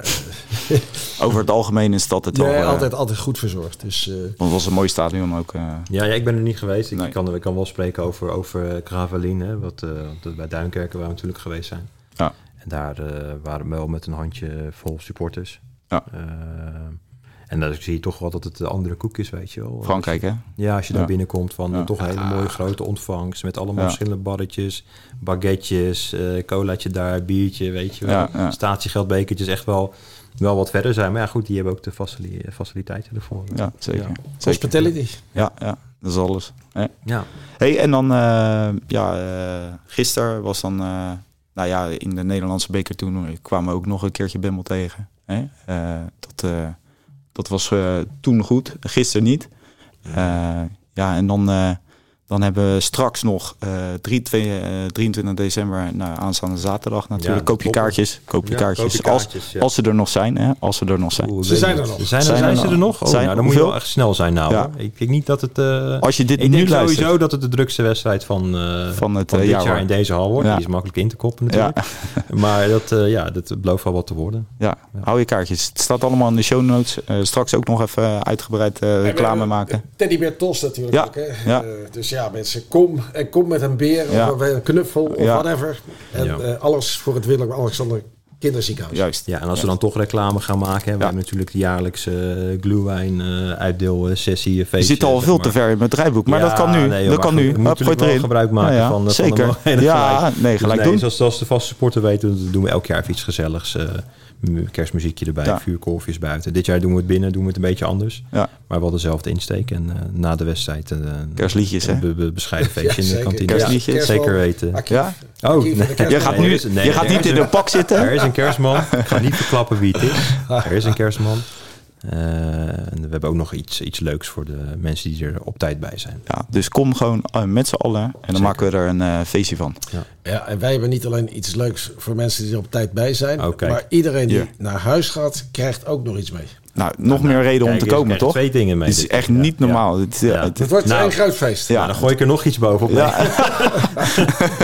B: eh,
A: Over het algemeen is dat het wel...
B: nee,
A: eh,
B: altijd, altijd goed verzorgd. Dus, eh,
A: want het was een mooi stadion ook. eh.
C: Ja, ja, ik ben er niet geweest. Ik,
A: Nee.
C: kan, ik kan wel spreken over, over Gravelin, hè, wat, eh, dat bij Duinkerken waar we natuurlijk geweest zijn.
A: Ja.
C: En daar eh, waren we wel met een handje vol supporters.
A: Ja.
C: Eh, en dan zie je toch wel dat het de andere koek is, weet je wel.
A: Frankrijk, hè?
C: Ja, als je
A: Ja.
C: daar binnenkomt van
A: Ja.
C: toch een hele mooie grote ontvangst. Met allemaal
A: Ja.
C: verschillende barretjes, baguetjes, eh colaatje daar, biertje, weet je wel.
A: Ja, ja.
C: Statiegeldbekertjes, echt wel, wel wat verder zijn. Maar ja, goed, die hebben ook de facili- eh, faciliteiten ervoor.
A: Ja, zeker.
C: Ja.
A: zeker.
B: hospitality.
A: Ja, ja, dat is alles. hè.
C: ja.
A: Hey, en dan, eh, ja, eh gisteren was dan, eh, nou ja, in de Nederlandse beker toen eh, kwamen we ook nog een keertje Bemmel tegen. Hè? Eh, dat, eh, dat was eh, toen goed, gisteren niet. Eh, ja, en dan, eh, dan hebben we straks nog eh, 3, 2, eh, 23 december, nou, aanstaande zaterdag natuurlijk.
C: Ja,
A: koop je
C: kloppen.
A: kaartjes, koop je
C: Ja,
A: kaartjes.
C: koop je
A: als,
C: kaartjes, ja.
A: als ze er nog zijn, hè? Als ze er nog zijn.
C: Oeh,
B: Ze
C: weet
B: zijn
C: niet.
B: er nog.
C: Zijn,
A: Zijn er
C: zijn ze
A: nog.
C: er nog? Oh,
A: Zijn-
C: nou, dan moet je wel
A: hoeveel?
C: echt snel zijn nou.
A: Ja.
C: hoor. Ik denk niet dat het... eh,
A: Als je dit
C: ik
A: nu
C: denk
A: luistert.
C: sowieso dat het de drukste wedstrijd van, eh,
A: Van het, eh,
C: dit
A: jaar
C: jaar,
A: wordt.
C: in deze hal wordt.
A: Ja.
C: Die is makkelijk in te koppen natuurlijk. maar dat, eh, ja, dat belooft wel wat te worden.
A: Ja, hou je kaartjes. Het staat allemaal in de show notes. Eh, straks ook nog even uitgebreid eh, reclame maken.
B: Teddy Bear Tos natuurlijk
A: Ja,
B: ook. Hè?
A: ja.
B: Eh, dus ja, mensen, kom. En kom met een beer
A: Ja.
B: of een knuffel of
A: Ja.
B: whatever. En
C: Ja.
B: eh, alles voor het willen Alexander kinderziekenhuis.
A: Juist.
C: Ja, en als we dan toch reclame gaan maken, hè, we hebben natuurlijk de jaarlijkse eh, gluwijn eh uitdeelsessie, feestje.
A: Je zit al
C: zeg
A: veel
C: maar.
A: te ver in mijn draaiboek, maar
C: Ja,
A: dat kan nu.
C: nee, joh,
A: dat
C: maar
A: kan
C: goed,
A: nu.
C: We moeten
A: Hup, gooi
C: natuurlijk wel
A: erin.
C: gebruik maken
A: Ja, ja,
C: van, de- van de
A: Zeker.
C: mogelijkheden
A: ja, nee,
C: Dus
A: gelijk doen.
C: Zoals, zoals de vaste supporter weet, doen doen we elk jaar even iets gezelligs. eh, mu- kerstmuziekje erbij,
A: Ja.
C: vuurkolfjes buiten. Dit jaar doen we het binnen, doen we het een beetje anders.
A: Ja.
C: Maar wel dezelfde insteek. En eh, na de wedstrijd... eh,
A: Kerstliedjes, hè?
C: een be- be- bescheiden
B: Ja,
C: feestje in de
B: zeker.
C: kantine.
A: Kerstliedjes.
C: Ja, Zeker weten.
B: Actief.
A: Ja?
C: Oh,
B: Actief in de
C: nee.
B: kerstman.
A: Je gaat
C: Nee,
A: nu
C: dus- nee,
A: je gaat
C: er
A: niet
C: is
A: in
C: een-
A: de pak
C: Er
A: zitten.
C: is een kerstman. Ik ga niet verklappen wie het is. Er is een kerstman. Ah. Eh, en we hebben ook nog iets, iets leuks voor de mensen die er op tijd bij zijn.
A: Ja, dus kom gewoon eh, met z'n allen en dan maken we er een eh, feestje van.
B: Ja, en wij hebben niet alleen iets leuks voor mensen die er op tijd bij zijn.
C: Oh, kijk.
B: Maar iedereen die
A: Hier.
B: naar huis gaat, krijgt ook nog iets mee.
A: Nou, nog meer reden om
C: kijk,
A: te
C: er is
A: komen,
C: echt
A: toch?
C: twee dingen mee
A: Het is
C: dit
A: echt
C: keer, ja.
A: niet normaal. Het is- eh,
C: Ja.
A: het-
B: Het wordt
C: Nou,
B: een groot feest.
A: ja.
C: Nou, dan gooi ik er nog iets bovenop.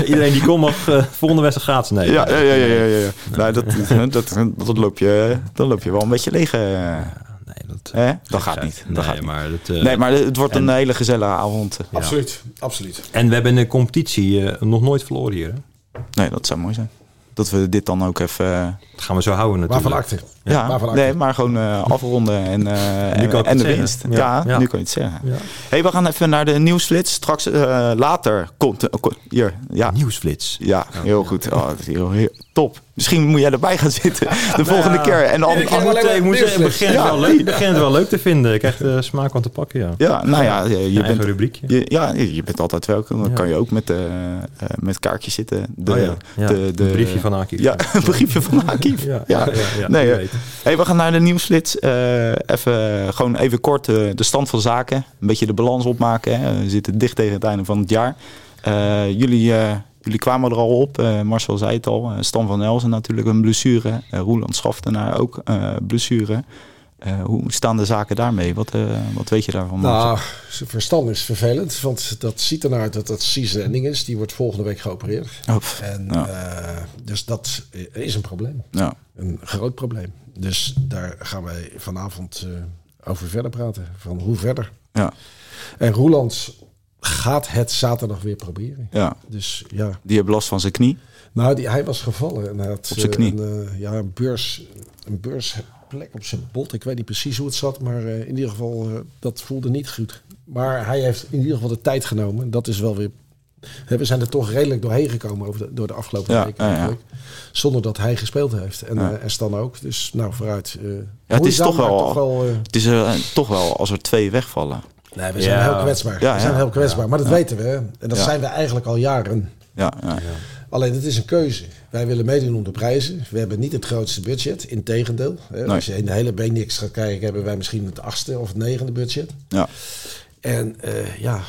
C: Iedereen die komt mag eh, volgende wedstrijd gratis nemen.
A: Ja, ja, ja, ja, ja, ja. Nou, dat, dat, dat, loop je, dat loop je wel een beetje leeg. eh.
C: Nee, dat,
A: Hè? Dat gaat niet. Dat
C: nee,
A: gaat niet.
C: maar dat, eh,
A: Nee, maar het wordt een hele gezellige avond.
B: Absoluut, absoluut.
C: En we hebben in de competitie eh, nog nooit verloren hier. Hè?
A: Nee, dat zou mooi zijn. Dat we dit dan ook even... eh,
C: Dat gaan we zo houden natuurlijk.
B: Waarvan acte?
A: Ja,
B: waarvan acte?
A: nee, maar gewoon eh, afronden en, eh,
C: Nu kan
A: en, en
C: ik het
A: de
C: zeggen.
A: winst. Ja,
C: Ja. Ja.
A: nu kan je het zeggen. hey, we gaan even naar de nieuwsflits. Straks eh, later komt... eh, ko- hier, ja.
C: Nieuwsflits.
A: Ja, heel goed. Oh, dat is heel, heel- top. Misschien moet jij erbij gaan zitten de volgende keer. En dan,
B: Iedere keer
A: dan-
B: alleen maar
C: Nou Ik moet zeggen, ik begin, het
A: Ja.
C: wel leuk, ik begin het wel leuk te vinden. Ik krijg de smaak aan te pakken, ja.
A: ja, nou ja, je,
C: Je
A: bent...
C: bent rubriekje.
A: Je, ja, je bent altijd welkom. Dan kan je ook met, eh, eh, met kaartjes zitten. De,
C: Oh ja, ja.
A: De, de,
C: Een briefje van Akief.
A: Ja, een briefje van Akief. ja.
C: Ja, ja, ja, ja.
A: nee,
C: Wie
A: eh,
C: weet.
A: hey, we gaan naar de nieuwslid. even, gewoon even kort eh, de stand van zaken. Een beetje de balans opmaken. Hè. We zitten dicht tegen het einde van het jaar. Eh, jullie, eh, jullie kwamen er al op. Eh, Marcel zei het al. Eh, Stan van Elzen natuurlijk een blessure. Eh, Roeland Schaftenaar ook eh, blessure. Eh, hoe staan de zaken daarmee? Wat, eh, wat weet je daarvan? Marcel?
B: Nou, zijn verstand is vervelend, want dat ziet ernaar dat dat Cesar Ending is. Die wordt volgende week geopereerd.
A: Oh, pff.
B: En,
A: Ja.
B: eh, dus dat is een probleem.
A: Ja.
B: Een groot probleem. Dus daar gaan wij vanavond eh, over verder praten. Van hoe verder.
A: Ja,
B: En Roelands gaat het zaterdag weer proberen.
A: ja,
B: Dus ja.
A: die hebben last van zijn knie.
B: Nou, die, hij was gevallen. En hij had,
A: Op zijn
B: eh,
A: knie.
B: Een, eh, ja, een, beurs, een beursplek op zijn bot. Ik weet niet precies hoe het zat. Maar eh, in ieder geval, eh, dat voelde niet goed. Maar hij heeft in ieder geval de tijd genomen. Dat is wel weer... hè, We zijn er toch redelijk doorheen gekomen over de, door de afgelopen
A: Ja,
B: week.
A: ja, ja.
B: eigenlijk. Zonder dat hij gespeeld heeft. En,
A: Ja.
B: eh, en Stan ook. Dus nou, vooruit. eh,
A: het is
B: moeizaam,
A: toch wel-
B: maar wel eh,
A: Het is eh, toch wel als er twee wegvallen.
B: Nee, we zijn
C: Ja.
B: heel kwetsbaar.
A: Ja,
B: we zijn
A: ja.
B: heel kwetsbaar. Maar dat weten we. hè. En dat
A: Ja.
B: zijn we eigenlijk al jaren.
A: Ja, ja.
B: Alleen het is een keuze. Wij willen meedoen om de prijzen. We hebben niet het grootste budget. Integendeel. hè.
A: Nee.
B: Als je in de hele BNX gaat kijken, hebben wij misschien het achtste of het negende budget.
A: ja,
B: En eh, ja,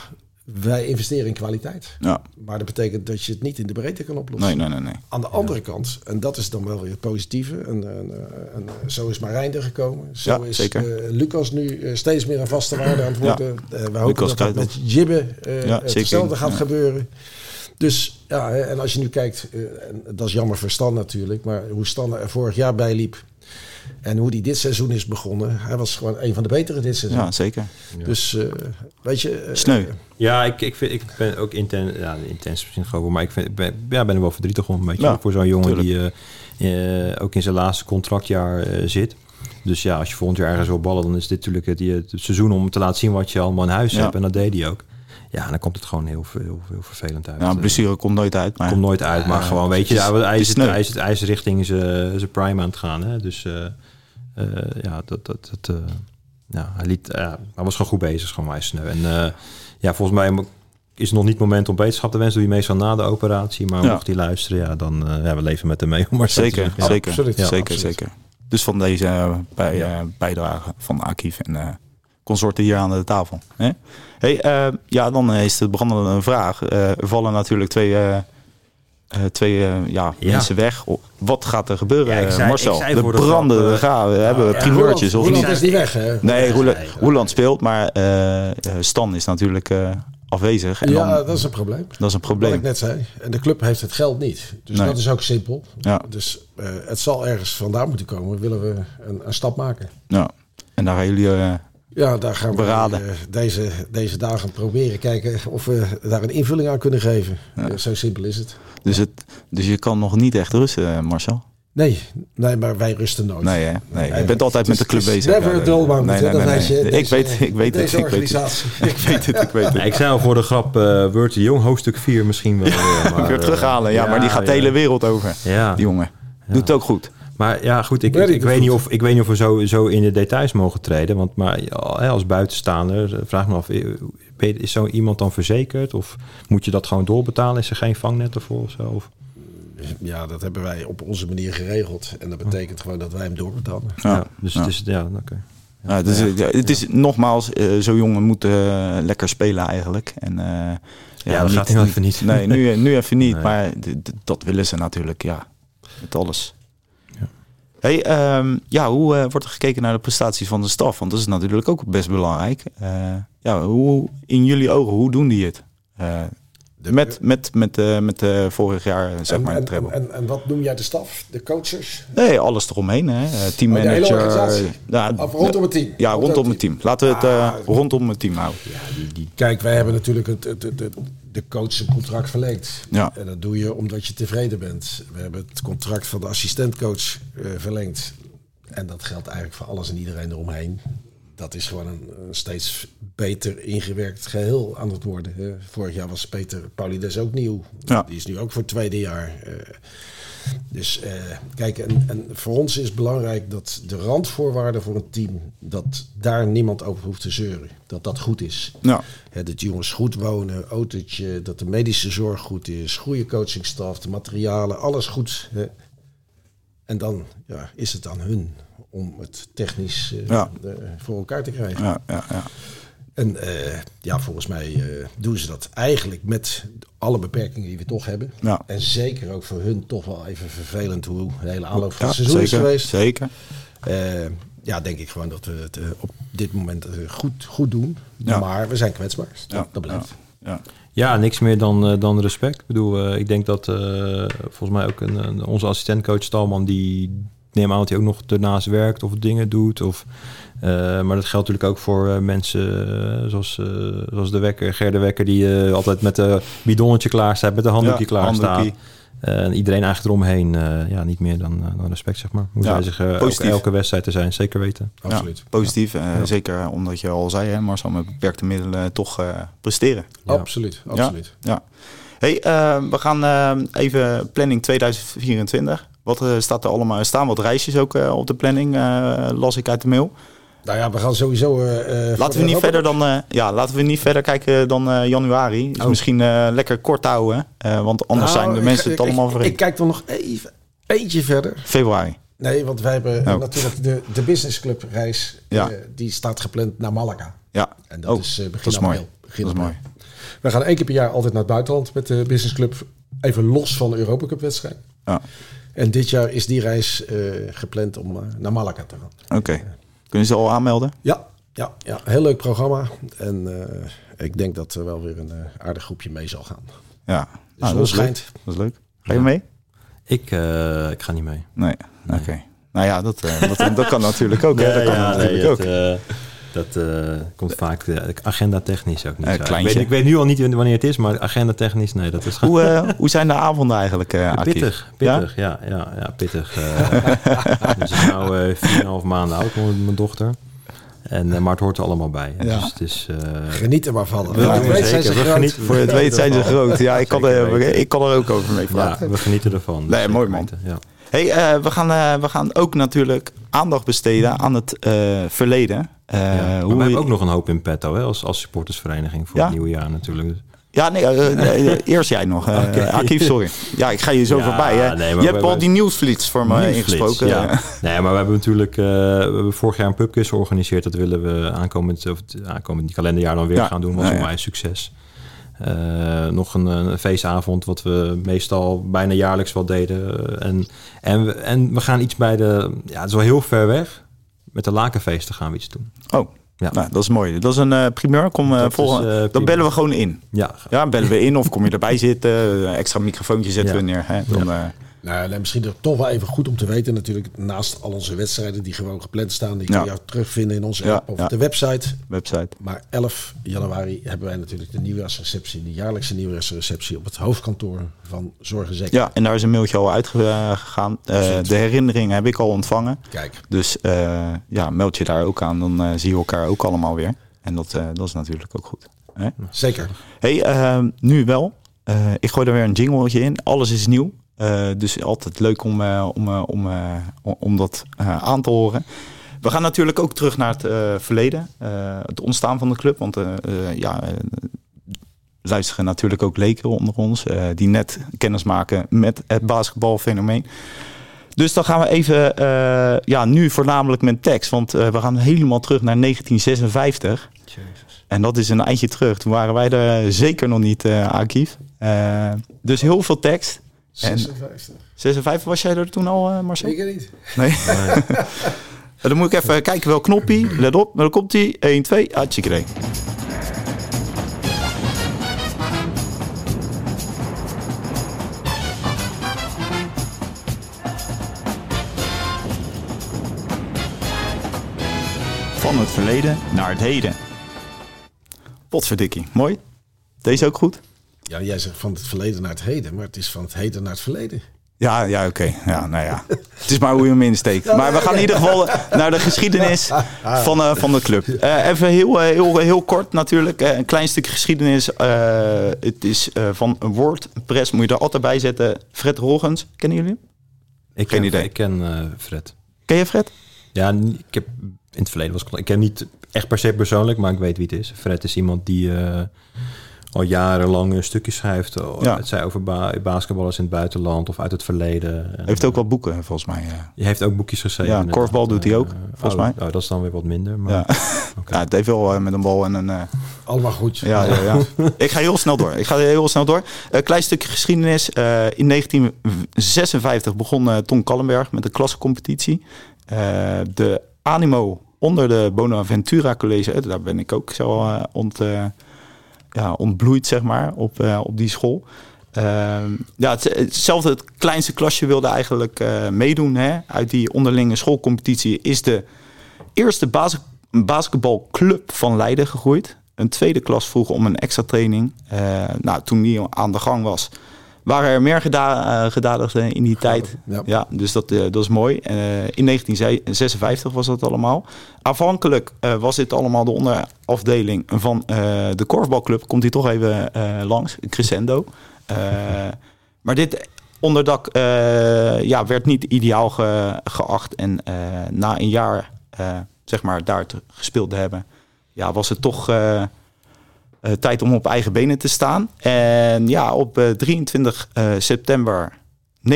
B: wij investeren in kwaliteit.
A: ja.
B: Maar dat betekent dat je het niet in de breedte kan oplossen.
A: Nee, nee, nee, nee.
B: Aan de andere kant, en dat is dan wel weer het positieve. En, en, eh, en zo is Marijn er gekomen. Zo
A: Ja,
B: is
A: zeker.
B: eh, Lucas nu eh, steeds meer een vaste waarde aan het worden. Eh, we hopen
A: Lucas
B: dat dat
A: Kruidhoff.
B: met Jibbe eh
A: Ja,
B: eh,
A: zeker.
B: hetzelfde gaat
A: Ja.
B: gebeuren. Dus ja, hè, en als je nu kijkt, eh, en dat is jammer voor Stan natuurlijk, maar hoe Stan er vorig jaar bij liep en hoe die dit seizoen is begonnen, hij was gewoon een van de betere dit seizoen.
A: Ja, zeker.
B: Dus eh, weet je, eh,
A: Sneu.
C: Ja, ik, ik, vind, ik ben ook intens, ja, intens misschien gewoon, wel, maar ik, vind, ik ben, ja, ben er wel verdrietig om, weet je,
A: Ja,
C: wel, voor zo'n jongen die eh, eh, ook in zijn laatste contractjaar eh, zit. Dus ja, als je volgend jaar ergens wil ballen, dan is dit natuurlijk het, het seizoen om te laten zien wat je allemaal in huis
A: Ja.
C: hebt. En dat deed hij ook. Ja, dan komt het gewoon heel, veel- heel, heel vervelend uit.
A: Ja, een
C: Eh,
A: Nou, blessure komt nooit uit. Maar
C: komt nooit uit, maar gewoon, weet je,
A: het is-
C: ja, hij,
A: het is
C: is,
A: sneu.
C: hij, is, hij is richting zijn zijn prime aan het gaan. Hè? Dus eh, eh, ja, dat, dat, dat, eh, ja, hij, liet, ja, hij was gewoon goed bezig, gewoon wijs sneu. En eh, ja, volgens mij is het nog niet het moment om beterschap te wensen. Doe je meestal na de operatie, maar
A: Ja.
C: mocht hij luisteren, ja, dan eh, ja, we leven met hem mee. om Maar zo te
A: Zeker,
C: zeggen.
A: zeker.
B: absoluut.
A: zeker,
B: Ja,
A: zeker.
B: absoluut.
A: Dus van deze eh, bij, eh, bijdrage van Akief en eh, consorten hier aan de tafel. Hè? Hey, eh, ja, dan is het brandende een vraag. Eh, er vallen natuurlijk twee, eh, eh, twee eh, ja,
C: Ja.
A: mensen weg. O, Wat gaat er gebeuren,
C: Ja, ik
A: eh,
C: zei-
A: Marcel?
C: ik zei
A: de
C: voor de grap,
A: brandende
C: eh,
A: gaven. We hebben
B: ja,
A: primeurtjes,
B: Roeland-
A: of niet?
B: Roeland is niet weg, hè?
A: Nee, Roeland,
C: Nee.
A: Roeland speelt, maar eh, eh, Stan is natuurlijk eh, afwezig. En
B: ja,
A: dan,
B: dat is een probleem.
A: dat is een probleem.
B: Wat ik net zei. En de club heeft het geld niet. Dus
A: Nee.
B: dat is ook simpel.
A: Ja.
B: Dus eh, het zal ergens vandaan moeten komen. Willen we een, een stap maken?
A: Ja. En daar gaan jullie... eh,
B: Ja, daar gaan we
A: Beraden.
B: eh, deze, deze dagen proberen kijken of we daar een invulling aan kunnen geven. Eh, zo simpel is het.
A: dus, het, dus je kan nog niet echt rusten, eh, Marcel.
B: Nee, nee, maar wij rusten nooit.
A: Nee, hè? nee, je bent altijd met de club bezig.
B: Never
A: Ja,
B: a dull moment,
A: nee,
B: hè?
A: nee,
B: Dat
A: nee,
B: had je
A: nee. Ik
B: deze-
A: weet, ik weet het,
B: deze
A: ik weet het.
B: organisatie.
A: Ik weet het, ik weet het.
C: Ja, ik zei al voor de grap, eh Word de Jong, hoofdstuk 4 misschien wel. eh, maar,
A: Weer
C: eh,
A: terughalen, ja, maar die gaat de
C: ja.
A: hele wereld over.
C: Ja.
A: Die jongen. Doet het ook goed.
C: Maar ja, goed, ik,
B: Ja,
C: ik,
B: die
C: ik
B: doet
C: weet niet
B: goed.
C: of, ik weet niet of we zo, zo in de details mogen treden. Want maar ja, hè, als buitenstaander eh, vraag me af, eh, ben je- is zo iemand dan verzekerd? Of moet je dat gewoon doorbetalen? Is er geen vangnet ervoor of zo? Of,
B: Ja, dat hebben wij op onze manier geregeld. En dat betekent gewoon dat wij hem doorbetalen.
A: Ja.
C: ja, dus het is, ja, oké.
A: Ja, dus, eh, Het is nogmaals, eh, zo'n jongen moet eh, lekker spelen eigenlijk. En, eh,
C: Ja, dat gaat nu even niet.
A: Nee, nu, eh, nu even niet.
C: Nee.
A: Maar d- d- dat willen ze natuurlijk, ja. Met alles.
C: Ja.
A: Hey, ehm, ja, hoe eh, wordt er gekeken naar de prestaties van de staf? Want dat is natuurlijk ook best belangrijk. Eh, ja, hoe, in jullie ogen, hoe doen die het? Eh, met, met, met, eh, met eh, vorig jaar, eh, zeg
B: En-
A: maar, de
B: en,
A: treble.
B: en, en, en wat noem jij de staf? De coaches?
A: Nee, alles eromheen. Hè. Eh,
B: Oh, de hele
A: Teammanager.
B: organisatie?
A: ja,
B: Of rondom het team? Ah,
A: Ja, rondom het team. Laten we het eh, rondom het team houden.
B: Kijk, wij hebben natuurlijk het, het, het, het- de coach een contract verlengd.
A: Ja.
B: En dat doe je omdat je tevreden bent. We hebben het contract van de assistentcoach eh, verlengd. En dat geldt eigenlijk voor alles en iedereen eromheen. Dat is gewoon een, een steeds beter ingewerkt geheel aan het worden. hè. Vorig jaar was Peter Paulides ook nieuw.
A: Ja.
B: Die is nu ook voor het tweede jaar. eh. dus eh, kijk, en, en voor ons is belangrijk dat de randvoorwaarden voor een team... dat daar niemand over hoeft te zeuren. Dat dat goed is.
A: Ja.
B: Hè, dat jongens goed wonen, autootje, dat de medische zorg goed is, goede coachingstaf, de materialen, alles goed. hè. En dan ja, is het aan hun om het technisch eh,
A: Ja.
B: eh, voor elkaar te krijgen.
A: Ja, ja, ja.
B: En eh, ja, volgens mij eh, doen ze dat eigenlijk met alle beperkingen die we toch hebben.
A: Ja.
B: En zeker ook voor hun toch wel even vervelend hoe de hele aanloop
A: Ja,
B: van het seizoen
A: zeker,
B: is geweest.
A: Zeker.
B: Eh, ja, denk ik gewoon dat we het eh, op dit moment eh, goed, goed doen.
A: Ja.
B: Maar we zijn kwetsbaar.
A: Ja,
B: Dat, dat blijft.
A: Ja. ja.
C: Ja, niks meer dan, eh, dan respect. Ik bedoel, eh, ik denk dat eh, volgens mij ook een, een- onze assistentcoach Stalman, die ik neem aan dat hij ook nog daarnaast werkt of dingen doet. Of, eh, maar dat geldt natuurlijk ook voor eh, mensen eh, zoals, eh, zoals de wekker, Ger de Wekker, die eh, altijd met een bidonnetje klaar staat, met een handdoekje
A: Ja,
C: klaar staat.
A: handdoekie.
C: Eh, en iedereen eigenlijk eromheen, eh, ja, niet meer dan, eh, dan respect, zeg maar. Hoe
A: Ja,
C: zij zich eh, elke,
A: positief.
C: elke wedstrijd te zijn, zeker weten.
B: Absoluut.
A: Positief. eh, Zeker omdat je al zei, hè, Marcel, met beperkte middelen toch eh, presteren.
B: Absoluut, absoluut.
A: Ja. ja. Hey, eh, we gaan eh, even planning 2024. Wat eh, staat er allemaal? Er staan wat reisjes ook eh, op de planning, eh, las ik uit de mail.
B: Nou ja, we gaan sowieso. eh, eh, voor
A: Laten
B: de
A: we niet
B: Europa-
A: verder dan, eh, ja, laten we niet verder kijken dan eh, januari. Is misschien eh, lekker kort houden, eh, want anders
B: Oh. Nou,
A: zijn de
B: ik-
A: mensen
B: ik-
A: het allemaal
B: ik-
A: vergeten.
B: Ik kijk dan nog even eentje verder.
A: Februari.
B: Nee, want wij hebben eh,
A: Oh.
B: natuurlijk de, de business club reis.
A: Ja.
B: eh, die staat gepland naar Malaga.
A: Ja.
B: En dat
A: Oh,
B: is eh, begin
A: dat is
B: april.
A: mooi.
B: Begin
A: Dat is
B: april.
A: mooi.
B: We gaan één keer per jaar altijd naar het buitenland met de business club. Even los van de Europa Cup wedstrijd.
A: Ja.
B: En dit jaar is die reis eh, gepland om eh, naar Malaga te gaan.
A: Oké. Kunnen ze al aanmelden?
B: Ja, ja, ja. heel leuk programma. En eh, ik denk dat er wel weer een eh, aardig groepje mee zal gaan.
A: Ja. Nou,
B: zon
A: dat is leuk.
B: schijnt.
A: Dat is leuk. Ga je mee?
C: Ik, eh, ik ga niet mee.
A: Nee. Oké. Nou ja, dat, eh, dat, dat kan natuurlijk ook. hè. Dat kan natuurlijk ook.
C: dat, eh, dat eh, komt vaak eh, agenda technisch ook niet.
A: Eh,
C: uit. ik,
A: kleintje.
C: weet, ik weet nu al niet wanneer het is, maar agenda technisch, nee, dat is gewoon
A: hoe, eh, hoe zijn de avonden eigenlijk, eh Aki?
C: pittig.
A: Ja?
C: Pittig, ja, ja, ja, pittig. eh. dus ik ben nu vier en een half maanden oud, mijn mijn dochter. En, eh, maar het hoort er allemaal bij. hè.
A: Ja.
C: Dus het is... eh,
B: Geniet er maar van.
C: we doen
B: weet
C: het
B: zijn ze
C: zeker. We
B: groot.
C: genieten
A: Voor je het weet zijn ze
C: ervan.
A: groot. Ja, ik kan,
C: Zeker
A: er,
C: weten.
A: ik kan er ook over mee praten.
C: Ja, we genieten ervan. Dus
A: Nee, mooi,
C: Zeker
A: man.
C: weten, Ja.
A: Hey, eh, we, gaan, eh, we gaan ook natuurlijk aandacht besteden aan het eh, verleden. Eh,
C: Ja. Maar
A: hoe
C: we
A: je-
C: hebben ook nog een hoop in petto hè, als, als supportersvereniging voor
A: Ja?
C: het nieuwe jaar natuurlijk. Dus-
A: Ja, nee, eh, eh, eh, eerst jij nog. eh
C: Oké.
A: Akief, sorry. Ja, ik ga je zo
C: Ja,
A: voorbij. Hè.
C: nee, maar
A: je
C: we-
A: hebt al
C: we-
A: die nieuwsflits voor me
C: Nieuwsflits,
A: ingesproken.
C: Ja. nee, maar we hebben natuurlijk eh, we hebben vorig jaar een pubquiz georganiseerd. Dat willen we aankomend, of het aankomend kalenderjaar dan weer
A: Ja.
C: gaan doen. Was
A: Ja,
C: voor
A: ja.
C: mij een succes. Eh, nog een, een feestavond, wat we meestal bijna jaarlijks wel deden. Eh, En, en, we, en we gaan iets bij de... Ja, het is wel heel ver weg. Met de lakenfeesten gaan we iets doen.
A: Oh,
C: Ja.
A: nou, dat is mooi. Dat is een eh, primeur. Kom, eh
C: Dat is,
A: volgende.
C: eh,
A: dan
C: primeur.
A: bellen we gewoon in.
C: Ja,
A: Ja, bellen we in of kom je erbij zitten. Een Eh, Extra microfoontje zetten
C: Ja.
A: we neer. Hè. Dan, eh,
B: Nou, nee, misschien er toch wel even goed om te weten natuurlijk. Naast al onze wedstrijden die gewoon gepland staan. Die kun
A: Ja.
B: je ook terugvinden in onze
A: Ja,
B: app of
A: ja.
B: de website.
A: Website.
B: Maar 11 januari hebben wij natuurlijk de nieuwjaarsreceptie. De jaarlijkse nieuwjaarsreceptie op het hoofdkantoor van Zorg en Zekerheid.
A: Ja, en daar is een mailtje al uitgegaan. Eh de herinnering heb ik al ontvangen.
B: Kijk.
A: Dus eh, ja, meld je daar ook aan. Dan eh, zien we elkaar ook allemaal weer. En dat, eh, dat is natuurlijk ook goed. Hè?
B: Zeker.
A: Hey, ehm, nu wel. Eh, ik gooi er weer een jingletje in. Alles is nieuw. Eh, dus altijd leuk om, eh, om, eh, om, eh, om dat eh, aan te horen. We gaan natuurlijk ook terug naar het eh, verleden. eh, het ontstaan van de club. Want eh, eh, ja, eh, luisteren natuurlijk ook leken onder ons. eh, die net kennis maken met het basketbalfenomeen. Dus dan gaan we even, eh, ja, nu voornamelijk met tekst. Want eh, we gaan helemaal terug naar 1956. En dat is een eindje terug. Toen waren wij er zeker nog niet, eh Akief. Eh, dus heel veel tekst. En-
B: 56.
A: 56 was jij er toen al, eh Marcel?
B: Zeker niet.
A: Nee. dan moet ik even kijken welk knoppie. Let op, daar komt hij. 1, 2, hartstikke Van het verleden naar het heden. Potverdikkie, mooi. Deze ook goed?
B: Ja, jij zegt van het verleden naar het heden. Maar het is van het heden naar het verleden.
A: Ja, ja oké. Ja, nou ja. Het is maar hoe je hem insteekt. maar we gaan in ieder geval eh, naar de geschiedenis van, eh, van de club. Eh, even heel, eh, heel, heel kort natuurlijk. eh, een klein stukje geschiedenis. Eh, het is eh, van een WordPress. Moet je er altijd bij zetten. Fred Rogens. Kennen jullie hem?
C: Ik
A: Geen
C: ken,
A: idee.
C: Ik ken eh, Fred.
A: Ken je Fred?
C: Ja, n- ik heb in het verleden was ik- ik ken hem niet echt per se persoonlijk, maar ik weet wie het is. Fred is iemand die eh, al jarenlang eh, stukjes schrijft. eh,
A: Ja.
C: Het zij over ba basketballers in het buitenland of uit het verleden. En
A: Heeft ook wel boeken volgens mij. eh.
C: hij heeft ook boekjes geschreven.
A: Ja,
C: inderdaad.
A: korfbal doet hij ook,
C: Eh,
A: volgens
C: oh,
A: mij.
C: oh, dat is dan weer wat minder. Maar
A: Ja. Ja, het heeft wel eh, met een bal en een... eh,
B: Allemaal goed.
A: Ja, ja, ja. ik ga heel snel door. Ik ga heel snel door. Eh, klein stukje geschiedenis. Eh, in 1956 begon eh, Ton Kallenberg met de klassencompetitie. Eh, de animo onder de Bonaventura College, eh, daar ben ik ook zo eh, ont, eh, ja, ontbloeid, zeg maar, op, eh, op die school. Ehm, ja, het, hetzelfde, het kleinste klasje wilde eigenlijk eh, meedoen. Hè? Uit die onderlinge schoolcompetitie is de eerste bas basketbalclub van Leiden gegroeid. Een tweede klas vroeg om een extra training. Eh, nou, toen die aan de gang was, waren er meer geda eh, gedadigden in die tijd.
B: ja.
A: Ja, dus dat, eh, dat is mooi. Eh, in 1956 was dat allemaal. Aanvankelijk eh, was dit allemaal de onderafdeling van eh, de korfbalclub. Komt die toch even eh, langs, Crescendo. Eh, maar dit onderdak eh, ja, werd niet ideaal ge- geacht. En eh, na een jaar eh, zeg maar, daar te- gespeeld te hebben, ja, was het toch eh, eh, tijd om op eigen benen te staan. En ja, op eh, 23 eh, september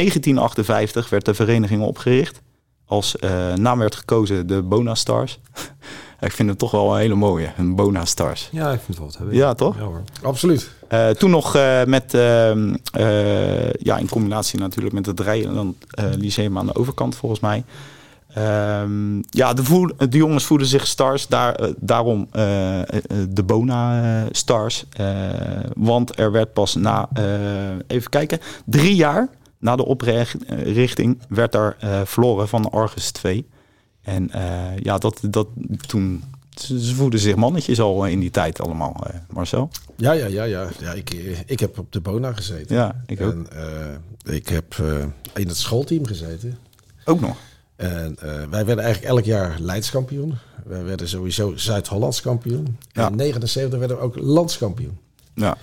A: 1958 werd de vereniging opgericht. Als eh, naam werd gekozen de Bona Stars. Ik vind het toch wel een hele mooie, een Bona Stars.
C: ja, ik vind het wel wat hebben.
A: Ja, toch?
C: Ja, hoor.
B: Absoluut.
A: Eh, toen nog eh, met, ehm, eh, ja, in combinatie natuurlijk met het Rijnland eh Lyceum aan de overkant volgens mij. Ehm, ja, de, voel- de jongens voelden zich stars, daar, eh, daarom eh, eh, de Bona eh, stars. Eh, want er werd pas na, eh, even kijken, drie jaar na de oprichting werd daar eh, verloren van Argus 2. En eh, ja, dat, dat toen, ze ze voelden zich mannetjes al eh, in die tijd allemaal, eh, Marcel.
B: Ja, ja, ja, ja. ja ik, ik heb op de Bona gezeten.
A: Ja, ik ook.
B: En eh, ik heb eh, in het schoolteam gezeten.
A: Ook nog.
B: En eh, wij werden eigenlijk elk jaar Leidskampioen. Wij werden sowieso Zuid-Hollands kampioen.
A: Ja.
B: En in 79 werden we ook landskampioen.
A: Ja.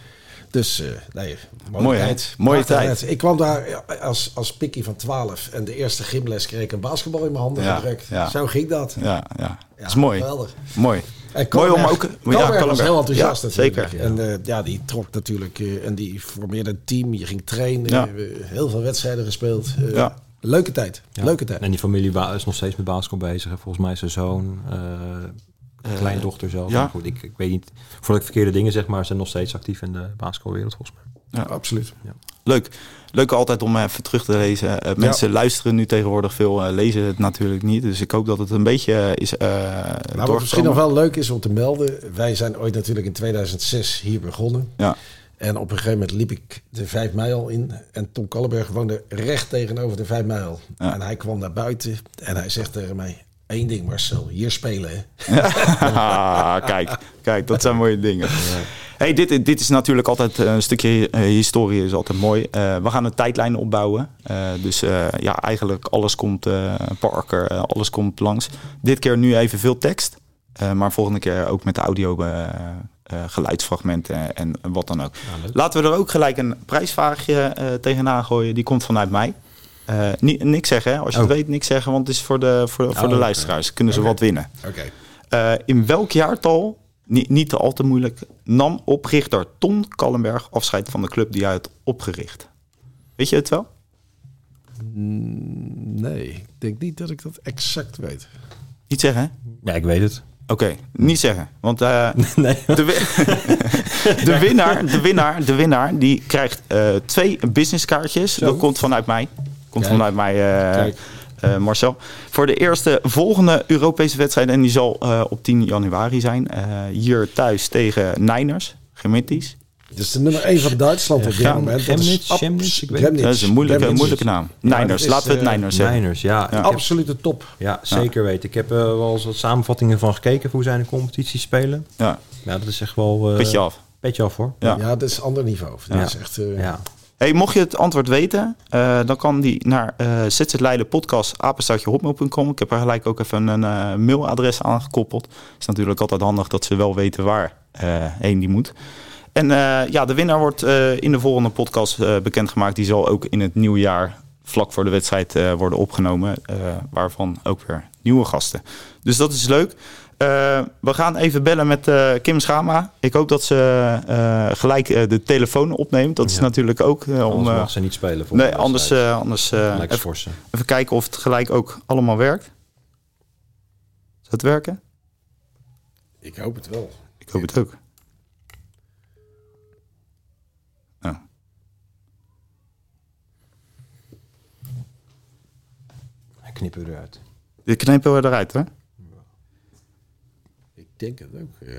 B: Dus eh, nee, mooie,
A: Mooi, hè?
B: tijd.
A: Mooie
B: Prachtige
A: tijd.
B: Ik kwam daar ja, als, als pikkie van 12 en de eerste gymles kreeg ik een basketbal in mijn handen
A: Ja,
B: gedrukt.
A: ja.
B: Zo ging dat.
A: Ja, ja.
B: Ja,
A: dat is mooi.
B: Geweldig.
A: Mooi.
B: En
A: mooi om
B: Kallenberg-
A: ook...
B: Kallenberg was heel enthousiast
A: Ja,
B: natuurlijk.
A: Zeker.
B: En eh, ja, die trok natuurlijk eh, en die formeerde een team. Je ging trainen.
A: Ja.
B: eh, heel veel wedstrijden gespeeld. Eh,
A: Ja.
B: Leuke tijd.
C: Ja.
B: Leuke tijd.
C: En die familie wa- is nog steeds met basketbal bezig. hè. Volgens mij zijn zoon, eh kleindochter zelf.
A: ja.
C: Maar Goed, ik, ik weet niet, voordat ik verkeerde dingen zeg, maar ze zijn nog steeds actief in de basketbalwereld volgens mij.
B: Absoluut.
A: Leuk. Leuk altijd om even terug te lezen. Eh, mensen luisteren nu tegenwoordig veel, eh, lezen het natuurlijk niet. Dus ik hoop dat het een beetje eh, is eh
B: Nou, wat
A: doorgekomen.
B: misschien nog wel leuk is om te melden. Wij zijn ooit natuurlijk in 2006 hier begonnen.
A: Ja,
B: En op een gegeven moment liep ik de 5 mijl in. En Tom Kallenberg woonde recht tegenover de 5 mijl.
A: Ja.
B: En hij kwam naar buiten en hij zegt tegen mij... één ding Marcel, hier spelen hè.
A: Ah, kijk, kijk, dat zijn mooie dingen. Hey, dit, dit is natuurlijk altijd eh, een stukje eh, historie, is altijd mooi. Eh, we gaan een tijdlijn opbouwen. Eh, dus eh, ja, eigenlijk alles komt, eh Parker, eh, alles komt langs. Dit keer nu even veel tekst, eh, maar volgende keer ook met de audio, eh, eh, geluidsfragmenten en, en wat dan ook. Laten we er ook gelijk een prijsvraagje eh, tegenaan gooien. Die komt vanuit mij. Eh, ni- niks zeggen, hè? als je
C: Oh.
A: het weet, niks zeggen, want het is voor de, voor, voor
C: Oh,
A: de
C: oké.
A: luisteraars. Kunnen ze
B: Oké.
A: wat winnen?
B: Oké.
A: Eh, in welk jaartal, niet, niet te al te moeilijk, nam oprichter Ton Kallenberg afscheid van de club die hij had opgericht? Weet je het wel?
B: Nee, ik denk niet dat ik dat exact weet.
A: Niet zeggen, hè?
C: Ja, ik weet het.
A: Oké, niet zeggen. Want eh,
C: Nee.
A: de, wi- de winnaar, de winnaar, de winnaar, die krijgt eh, twee businesskaartjes. Dat komt vanuit mij. Komt
B: Kijk.
A: vanuit mij, eh,
B: Kijk.
A: eh, Marcel. Voor de eerste volgende Europese wedstrijd. En die zal eh, op 10 januari zijn. eh, hier thuis tegen Niners. Gemitties.
B: Dus de nummer 1 van Duitsland op dit
A: Gem-
B: moment. dat is
C: Gemnitz,
B: abs-
C: Gemnitz, ik weet-
B: Gemnitz,
A: Dat is een moeilijke,
B: Gemnitz.
A: moeilijke naam.
B: Ja,
A: Niners,
B: dat is,
A: laten we het
B: eh,
A: Niners zeggen.
C: Niners, ja.
A: Ja.
C: Ik heb-
B: Absolute top.
C: ja, zeker weten. Ik heb eh, wel eens wat samenvattingen van gekeken hoe zij in de competitie spelen.
A: Ja,
C: Ja, dat is echt wel... eh,
A: petje af.
C: Petje af, hoor.
A: Ja.
B: Ja, dat is een ander niveau. Dat
C: Ja.
B: is echt... eh,
C: Ja.
A: Hey, mocht je het antwoord weten, eh, dan kan die naar eh ZZ Leiden podcast apenstaartjehotmail.com. Ik heb er gelijk ook even een eh, mailadres aan gekoppeld. is natuurlijk altijd handig dat ze wel weten waar eh, heen die moet. En eh, ja, de winnaar wordt eh, in de volgende podcast eh, bekendgemaakt. Die zal ook in het nieuwe jaar vlak voor de wedstrijd eh, worden opgenomen. eh, waarvan ook weer nieuwe gasten. Dus dat is leuk. Eh, we gaan even bellen met eh, Kim Schama. Ik hoop dat ze eh, gelijk eh, de telefoon opneemt. Dat is
C: Ja.
A: natuurlijk ook eh, om.
C: Anders
A: eh,
C: mag ze niet spelen. voor
A: nee,
C: de
A: anders,
C: wedstrijd.
A: eh, anders eh,
C: Lex
A: even,
C: Forsen.
A: even kijken of het gelijk ook allemaal werkt. Zou het werken?
B: Ik hoop het wel.
A: Ik hoop het ook. Nou.
C: Hij knippen we eruit.
A: Dit knippen we eruit, hè?
B: Ik denk het ook. eh.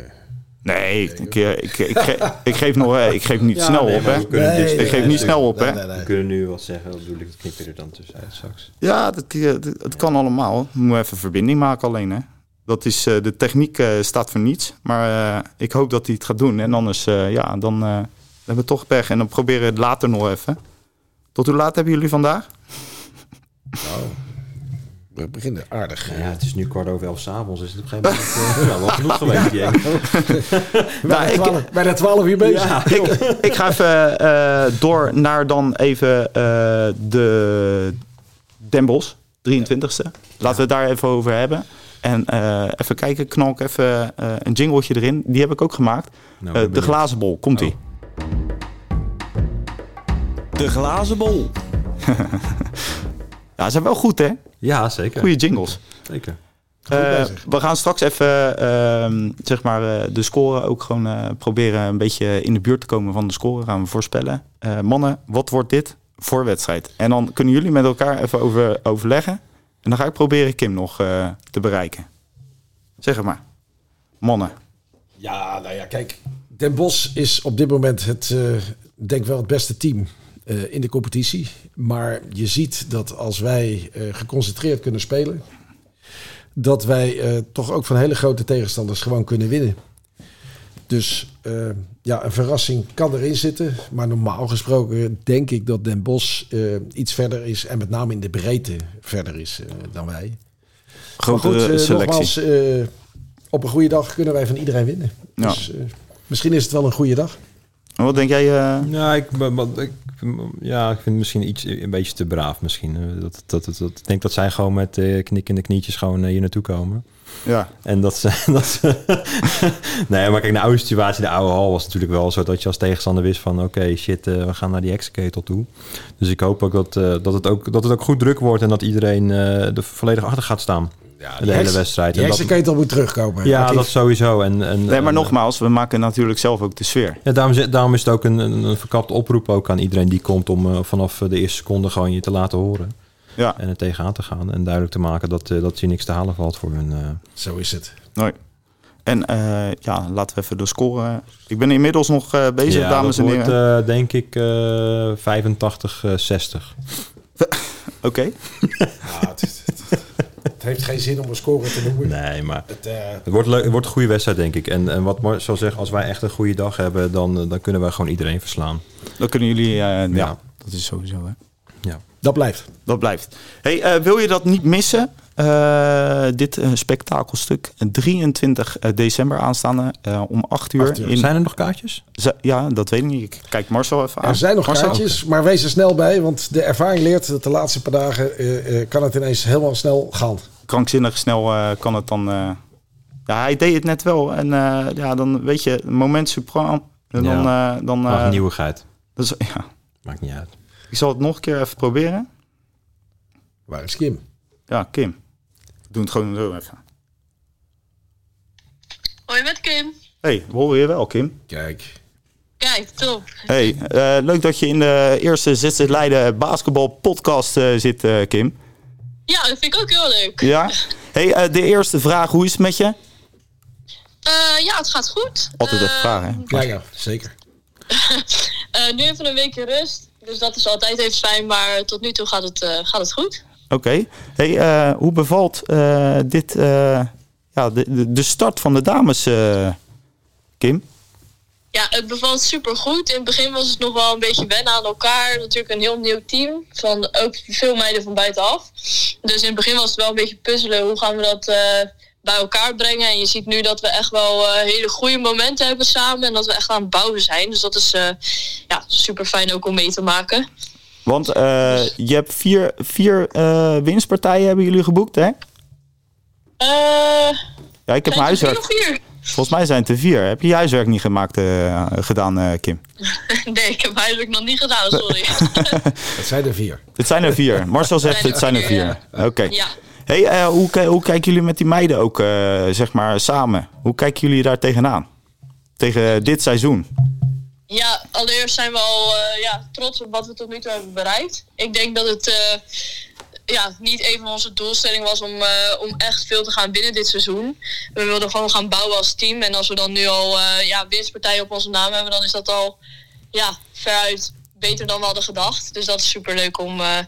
A: Nee, ik, ik, eh, ik, ik, ge- ik geef, nog, eh, ik geef niet
B: Ja,
A: snel
B: nee,
A: op,
C: maar
A: hè?
C: we kunnen
A: ik
C: dit-
A: geef
C: nee,
A: niet
C: nee,
A: snel op, hè?
B: Nee, nee,
C: We
B: nee.
C: kunnen nu wat zeggen, dat bedoel ik, dat knippen er dan tussenuit straks.
A: Ja, dat, eh, dat- het kan allemaal. Moet even verbinding maken alleen, hè? Dat is, eh, de techniek eh, staat voor niets. Maar eh, ik hoop dat hij het gaat doen. En anders, eh, ja, dan eh, hebben we toch pech. En dan proberen we het later nog even. Tot hoe laat hebben jullie vandaag?
B: Oh. We beginnen aardig.
C: Nou Ja, het is nu kwart over elf s'avonds, dus het op een gegeven moment eh, ja, wel genoeg geweest. denk ik.
A: Nou, ik-
B: Bij de 12 uur bezig.
C: Ja,
A: ik, ik ga even eh, door naar dan even eh, de Den Bosch, 23 e Laten we het daar even over hebben. En eh, even kijken, knal ik even eh, een jingletje erin. Die heb ik ook gemaakt.
C: ben
A: Eh, de
C: benieuwd.
A: glazen bol, komt ie. De glazen bol. ja, ze zijn wel goed hè?
C: ja zeker.
A: Goede jingles.
C: zeker.
A: Eh,
B: bezig.
A: we gaan straks even ehm, zeg maar, eh, de score ook gewoon eh, proberen een beetje in de buurt te komen van de score. Gaan we voorspellen. Eh, mannen, wat wordt dit voor wedstrijd? En dan kunnen jullie met elkaar even over, overleggen. En dan ga ik proberen Kim nog eh, te bereiken. Zeg het maar. Mannen.
B: Ja, nou ja, kijk. Den Bos is op dit moment het, eh, denk wel het beste team eh, in de competitie. Maar je ziet dat als wij eh, geconcentreerd kunnen spelen, dat wij eh, toch ook van hele grote tegenstanders gewoon kunnen winnen. Dus eh, ja, een verrassing kan erin zitten. Maar normaal gesproken denk ik dat Den Bos iets verder is. En met name in de breedte verder is eh, dan wij. Maar
A: Grote
B: goed, eh,
A: selectie.
B: nogmaals, eh, op een goede dag kunnen wij van iedereen winnen.
A: Ja.
B: Dus, eh, misschien is het wel een goede dag.
A: En wat denk jij? eh,
C: Nou, ik, ben- want ik, ja, ik vind het misschien iets, een beetje te braaf misschien. eh, Dat, dat, dat, dat- ik denk dat zij gewoon met eh knikkende knietjes gewoon eh, hier naartoe komen.
A: ja.
C: En dat ze... Dat ze nee, maar kijk, de oude situatie, de oude hal was natuurlijk wel zo dat je als tegenstander wist van... Oké, shit, eh, we gaan naar die hexaketel toe. Dus ik hoop ook dat, eh, dat, het ook dat het ook goed druk wordt en dat iedereen eh er volledig achter gaat staan. de hele wedstrijd.
B: De
C: En dat-
B: heksenketel moet terugkomen.
C: ja,
B: Oké.
C: dat sowieso. En, en,
A: Nee, maar
C: en,
A: nogmaals, we maken natuurlijk zelf ook de sfeer.
C: Ja, daarom, is- daarom is het ook een, een, een verkapte oproep ook aan iedereen die komt om eh, vanaf eh, de eerste seconde gewoon je te laten horen.
A: Ja,
C: En er tegenaan te gaan en duidelijk te maken dat, eh, dat je niks te halen valt voor hun. eh.
B: Zo is het.
A: nee. En eh, ja, laten we even de score. Ik ben inmiddels nog eh, bezig,
C: Ja,
A: dames en
C: dat wordt,
A: heren.
C: eh, denk ik eh 85, eh, 60. eh,
A: Oké.
B: Ja, het, het- het- het heeft geen zin om een score te noemen.
C: Nee, maar
B: Het, eh,
C: het wordt, leuk, het wordt een goede wedstrijd, denk ik. En, en wat Mar zal zeggen, als wij echt een goede dag hebben, dan, eh, dan kunnen wij gewoon iedereen verslaan.
A: Dan kunnen jullie. eh, ja.
C: Ja.
A: dat is sowieso. Hè.
C: Ja.
B: dat blijft.
A: Dat blijft. Hey, eh, wil je dat niet missen? Eh, dit eh, spektakelstuk 23 december aanstaande eh, om 8 uur. in,
C: Zijn er nog kaartjes?
A: Ze- ja, dat weet ik niet. Ik kijk Marcel even
C: Ah,
A: aan.
B: Er zijn nog
A: Marcel?
B: kaartjes, maar wees er snel bij. Want de ervaring leert dat de laatste paar dagen eh, eh, kan het ineens helemaal snel gaan.
A: krankzinnig snel eh, kan het dan. eh, ja, hij deed het net wel. En eh, ja, dan weet je, moment supreme. En dan.
C: Ja.
A: eh, dan
C: Mag
A: eh,
C: nieuwigheid.
A: dat is- ja.
C: Maakt niet uit.
A: Ik zal het nog een keer even proberen.
B: Waar is Kim?
A: Ja, Kim. Doe het gewoon zo even.
E: Hoi met Kim.
A: hey, we horen je wel, Kim.
B: Kijk.
E: Kijk, top.
A: hey, eh, leuk dat je in de eerste ZZ Leiden basketbal podcast zit, eh, Kim.
E: Ja, dat vind ik ook heel leuk.
A: Ja? hey, eh, de eerste vraag. Hoe is het met je?
E: Eh, ja, het gaat goed.
A: Altijd even
E: Eh,
A: vragen, hè?
B: Ja, ja, zeker.
E: eh, nu even een weekje rust. Dus dat is altijd even fijn, maar tot nu toe gaat het, eh, gaat het goed.
A: Oké. Hey, eh, hoe bevalt eh, dit, eh, ja, de, de- de start van de dames, eh, Kim?
E: Ja, het bevalt super goed. In het begin was het nog wel een beetje wennen aan elkaar. Natuurlijk een heel nieuw team. Van ook veel meiden van buitenaf. Dus in het begin was het wel een beetje puzzelen. Hoe gaan we dat eh, bij elkaar brengen? En je ziet nu dat we echt wel eh, hele goede momenten hebben samen. En dat we echt aan het bouwen zijn. Dus dat is eh, ja, super fijn ook om mee te maken.
A: Want eh, je hebt vier, vier eh, winstpartijen hebben jullie geboekt, hè?
E: Eh
A: Ja, ik heb mijn
E: zijn er
A: huiswerk.
E: drie of
A: Volgens mij zijn het er vier. Heb je je huiswerk niet gemaakt, eh, gedaan, eh, Kim?
E: vier? Nee, ik heb mijn huiswerk nog niet gedaan, sorry.
B: Het zijn er vier.
A: Het zijn er vier. Marcel zegt het zijn er vier. Oké.
E: ja.
A: Hey, eh, hoe, ki- hoe kijken jullie met die meiden ook, eh, zeg maar, samen? Hoe kijken jullie daar tegenaan? Tegen dit seizoen?
E: Ja, allereerst zijn we al eh, ja, trots op wat we tot nu toe hebben bereikt. Ik denk dat het eh, ja, niet een van onze doelstellingen was om, eh, om echt veel te gaan winnen dit seizoen. We wilden gewoon gaan bouwen als team. En als we dan nu al eh, ja, winstpartijen op onze naam hebben, dan is dat al ja, veruit beter dan we hadden gedacht. Dus dat is super leuk om, eh,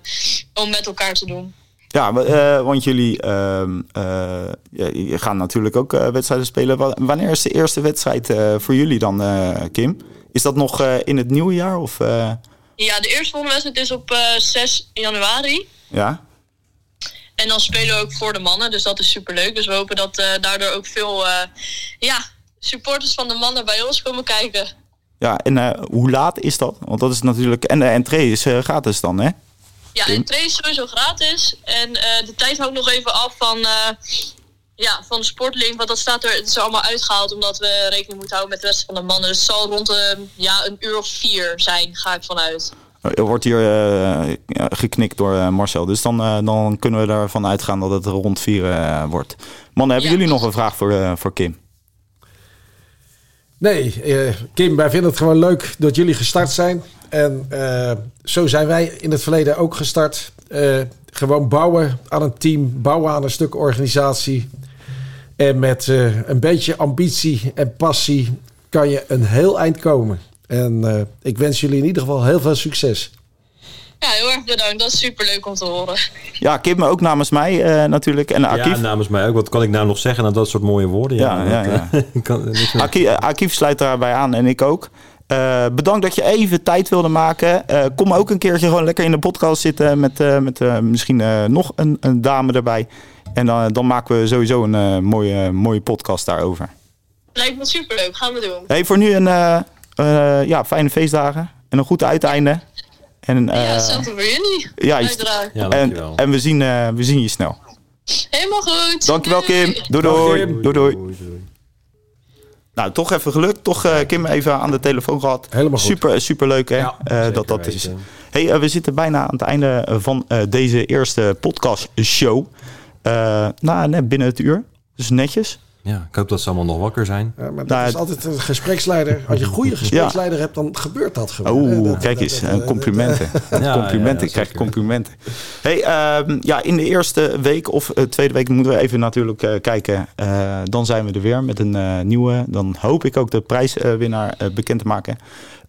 E: om met elkaar te doen.
A: Ja, wa- eh, want jullie ehm, eh, je- je gaan natuurlijk ook eh, wedstrijden spelen. Wa- Wanneer is de eerste wedstrijd eh, voor jullie dan, eh, Kim? Is dat nog eh, in het nieuwe jaar? Of, eh,
E: Ja, de eerste volgende wedstrijd is op eh, 6 januari.
A: ja?
E: En dan spelen we ook voor de mannen, dus dat is super leuk. Dus we hopen dat eh, daardoor ook veel eh, ja, supporters van de mannen bij ons komen kijken.
A: ja, en eh, hoe laat is dat? Want dat is natuurlijk... En de entree is eh, gratis dan, hè?
E: Ja,
A: Oké.
E: en train is sowieso gratis. En eh, de tijd hangt nog even af van, eh, ja, van de sportlink, want dat staat er, het is er allemaal uitgehaald omdat we rekening moeten houden met de rest van de mannen. Dus het zal rond eh, ja, een uur of vier zijn, ga ik vanuit.
A: Er wordt hier eh, geknikt door eh, Marcel. Dus dan, eh, dan kunnen we ervan uitgaan dat het rond vier eh, wordt. Mannen, hebben
E: Ja.
A: jullie nog een vraag voor, eh, voor Kim?
B: Nee, eh, Kim, wij vinden het gewoon leuk dat jullie gestart zijn. En eh, zo zijn wij in het verleden ook gestart. Eh, gewoon bouwen aan een team, bouwen aan een stuk organisatie. En met eh, een beetje ambitie en passie kan je een heel eind komen. En eh, ik wens jullie in ieder geval heel veel succes.
E: Ja, heel erg bedankt. Dat is super leuk om te horen.
A: Ja, Kim ook namens mij eh, natuurlijk. En Akief.
C: Ja, namens mij ook. Wat kan ik nou nog zeggen aan dat soort mooie woorden?
A: Ja, ja,
C: dat, eh, kan, niks meer.
A: Aki- eh, Akief sluit daarbij aan en ik ook. Eh, bedankt dat je even tijd wilde maken. Eh, kom ook een keertje gewoon lekker in de podcast zitten met, eh, met eh, misschien eh, nog een, een dame erbij. En dan, dan maken we sowieso een eh, mooie, mooie podcast daarover.
E: Lijkt me super leuk, gaan we doen.
A: Hey, voor nu een eh, eh, ja, fijne feestdagen en een goed uiteinde. En, eh,
E: ja, hetzelfde voor jullie.
A: ja, je-
E: uiteraard.
C: ja
A: en,
C: dankjewel.
A: en we, zien, eh, we zien je snel.
E: Helemaal goed.
A: Dankjewel
E: Doei.
A: Kim. Doei doei.
B: Kim.
A: Doei doei.
C: doei.
A: Nou, toch even gelukt. Toch eh, Kim even aan de telefoon gehad.
B: Helemaal goed.
A: Super, super leuk hè,
B: Ja,
A: eh, dat dat
C: weten.
A: is. Hey, eh, we zitten bijna aan het einde eh, van eh, deze eerste podcast show. nou, net binnen het uur. Dus netjes.
C: Ja, ik hoop dat ze allemaal nog wakker zijn.
B: Ja, maar dat
A: Nou,
B: is
A: het-
B: altijd een gespreksleider. Als je een goede gespreksleider hebt, dan gebeurt dat gewoon. hè.
A: Oeh,
B: Dat-
A: kijk
B: dat-
A: eens,
B: dat-
A: eh,
B: dat-
A: complimenten.
C: ja,
A: complimenten, ik
C: zeker.
A: krijg complimenten. Hey, ehm, ja, in de eerste week of eh, tweede week moeten we even natuurlijk eh, kijken. Eh, dan zijn we er weer met een eh, nieuwe. Dan hoop ik ook de prijswinnaar eh, bekend te maken.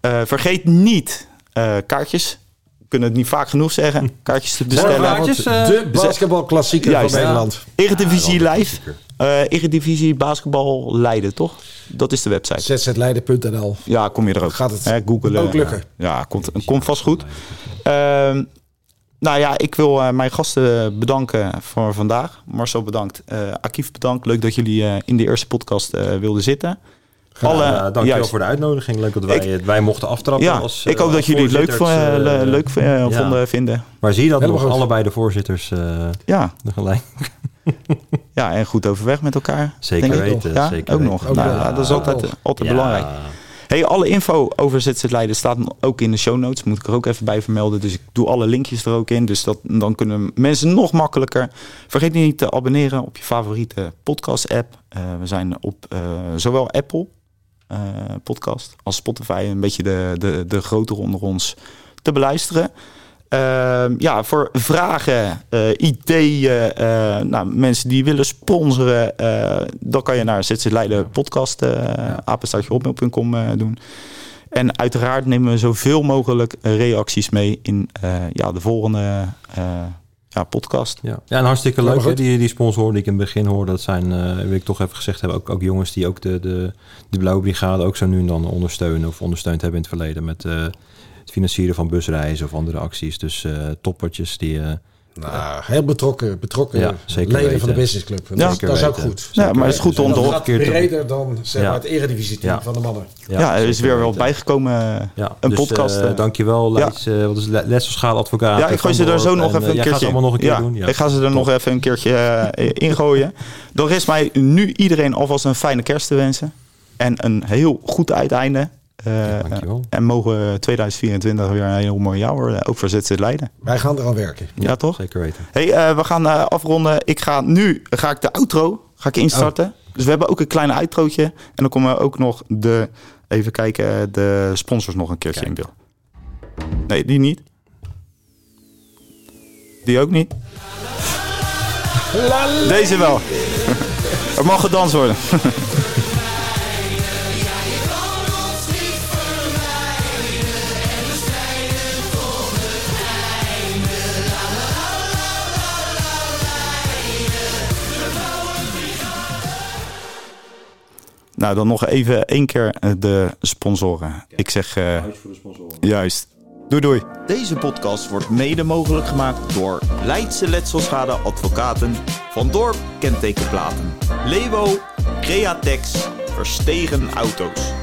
A: Eh, vergeet niet eh, kaartjes. We kunnen het niet vaak genoeg
B: Hm.
A: zeggen. Kaartjes te bestellen.
C: Morgenavond. Kaartjes, eh,
B: de basketbalklassieker eh, van
A: Juist.
B: Nederland.
A: Eredivisie
C: Ja,
A: Live. Eh, Eredivisie Basketbal Leiden, toch? Dat is de website.
B: zzleider.nl.
A: Ja, kom je er ook.
B: Gaat het
A: Hè, googelen.
B: ook lukken?
A: Ja, komt, komt vast goed. Ehm, nou ja, ik wil eh, mijn gasten bedanken voor vandaag. Marcel bedankt. Eh Akief bedankt. Leuk dat jullie eh, in de eerste podcast eh, wilden zitten. Alle-
C: Ja, Eh, dankjewel
A: Eh, juist.
C: voor de uitnodiging. Leuk dat wij,
A: Ik-
C: het- wij mochten aftrappen.
A: Ja,
C: als, eh,
A: ik hoop
C: als
A: dat jullie het leuk,
C: voorzitters,
A: vo- eh,
C: eh,
A: leuk eh, vonden,
C: ja.
A: vinden.
C: Maar zie je dat
B: Helemaal
C: nog?
B: goed.
C: Allebei de voorzitters eh
A: Ja,
C: tegelijk.
A: ja, en goed overweg met elkaar.
C: Zeker
A: denk ik.
C: weten,
A: Ja,
C: zeker
A: ook
C: weten.
A: nog.
B: Ook
A: nou,
B: nog.
A: ja, dat is altijd,
B: Ook nog.
A: altijd
C: Ja.
A: belangrijk. Hey, alle info over ZZ Leiden staat ook in de show notes. Moet ik er ook even bij vermelden. Dus ik doe alle linkjes er ook in. Dus dat, dan kunnen mensen nog makkelijker. Vergeet niet te abonneren op je favoriete podcast-app. Eh, we zijn op eh, zowel Apple eh, Podcast als Spotify. Een beetje de, de, de grotere onder ons te beluisteren. Ehm, ja, voor vragen, eh, ideeën, eh, nou, mensen die willen sponsoren, eh, dan kan je naar ZZ Leiden podcast, eh apenstaartjehotmail.com, eh, doen. En uiteraard nemen we zoveel mogelijk eh, reacties mee in eh, ja, de volgende eh, ja, podcast.
C: Ja, ja en hartstikke
B: maar
C: leuk. hè,
B: goed.
C: die, die sponsoren die ik in het begin hoorde, dat zijn, eh, wil ik toch even gezegd hebben, ook, ook jongens die ook de, de, de Blauwe Brigade ook zo nu en dan ondersteunen of ondersteund hebben in het verleden met eh, het financieren van busreizen of andere acties. Dus eh, toppertjes die... eh,
B: Nou, heel betrokken, betrokken
C: Ja, zeker
B: leden
C: weten.
B: van de businessclub. En
A: Ja.
B: dat, is- dat is ook
C: Zeker
B: goed.
C: weten.
A: Ja, maar het is goed te
B: En dat
A: onthouden.
B: gaat breder dan zeg
C: Ja.
B: maar, het eredivisie-team
C: Ja.
B: van de mannen.
A: Ja, er is
C: zeker
A: weer wel
C: weten.
A: bijgekomen eh,
C: Ja,
A: een
C: dus,
A: podcast.
C: eh,
A: eh.
C: dankjewel,
A: Ja.
C: Leids, eh, wat is het, Lesselschaal Advocaat.
A: Ja, ik gooi ze er zo nog even een keertje.
C: eh, Jij gaat ze allemaal nog een keer
A: ja,
C: doen. Ja.
A: Ik ga ze er nog even een keertje eh, ingooien. Dan rest mij nu iedereen alvast een fijne kerst te wensen. En een heel goed uiteinde. Eh,
C: dankjewel.
A: en mogen 2024 weer een heel mooi jaar worden. Ook voor ZZ Leiden.
B: Wij gaan eraan werken.
A: Ja, toch?
C: Zeker weten.
A: Hey, eh, we gaan eh, afronden. Ik ga nu ga ik de outro ga ik instarten. Dus we hebben ook een klein uitrootje. En dan komen ook nog de, even kijken, de sponsors nog een keertje in beeld. Nee, die niet. Die ook niet. Deze wel. Er mag gedanst worden. Nou, dan nog even één keer eh, de sponsoren. Ik zeg... eh, Juist. Doei doei. Deze podcast wordt mede mogelijk gemaakt door Leidse Letselschade Advocaten, Van Dorp Kentekenplaten, Levo, Createx, Verstegen Auto's.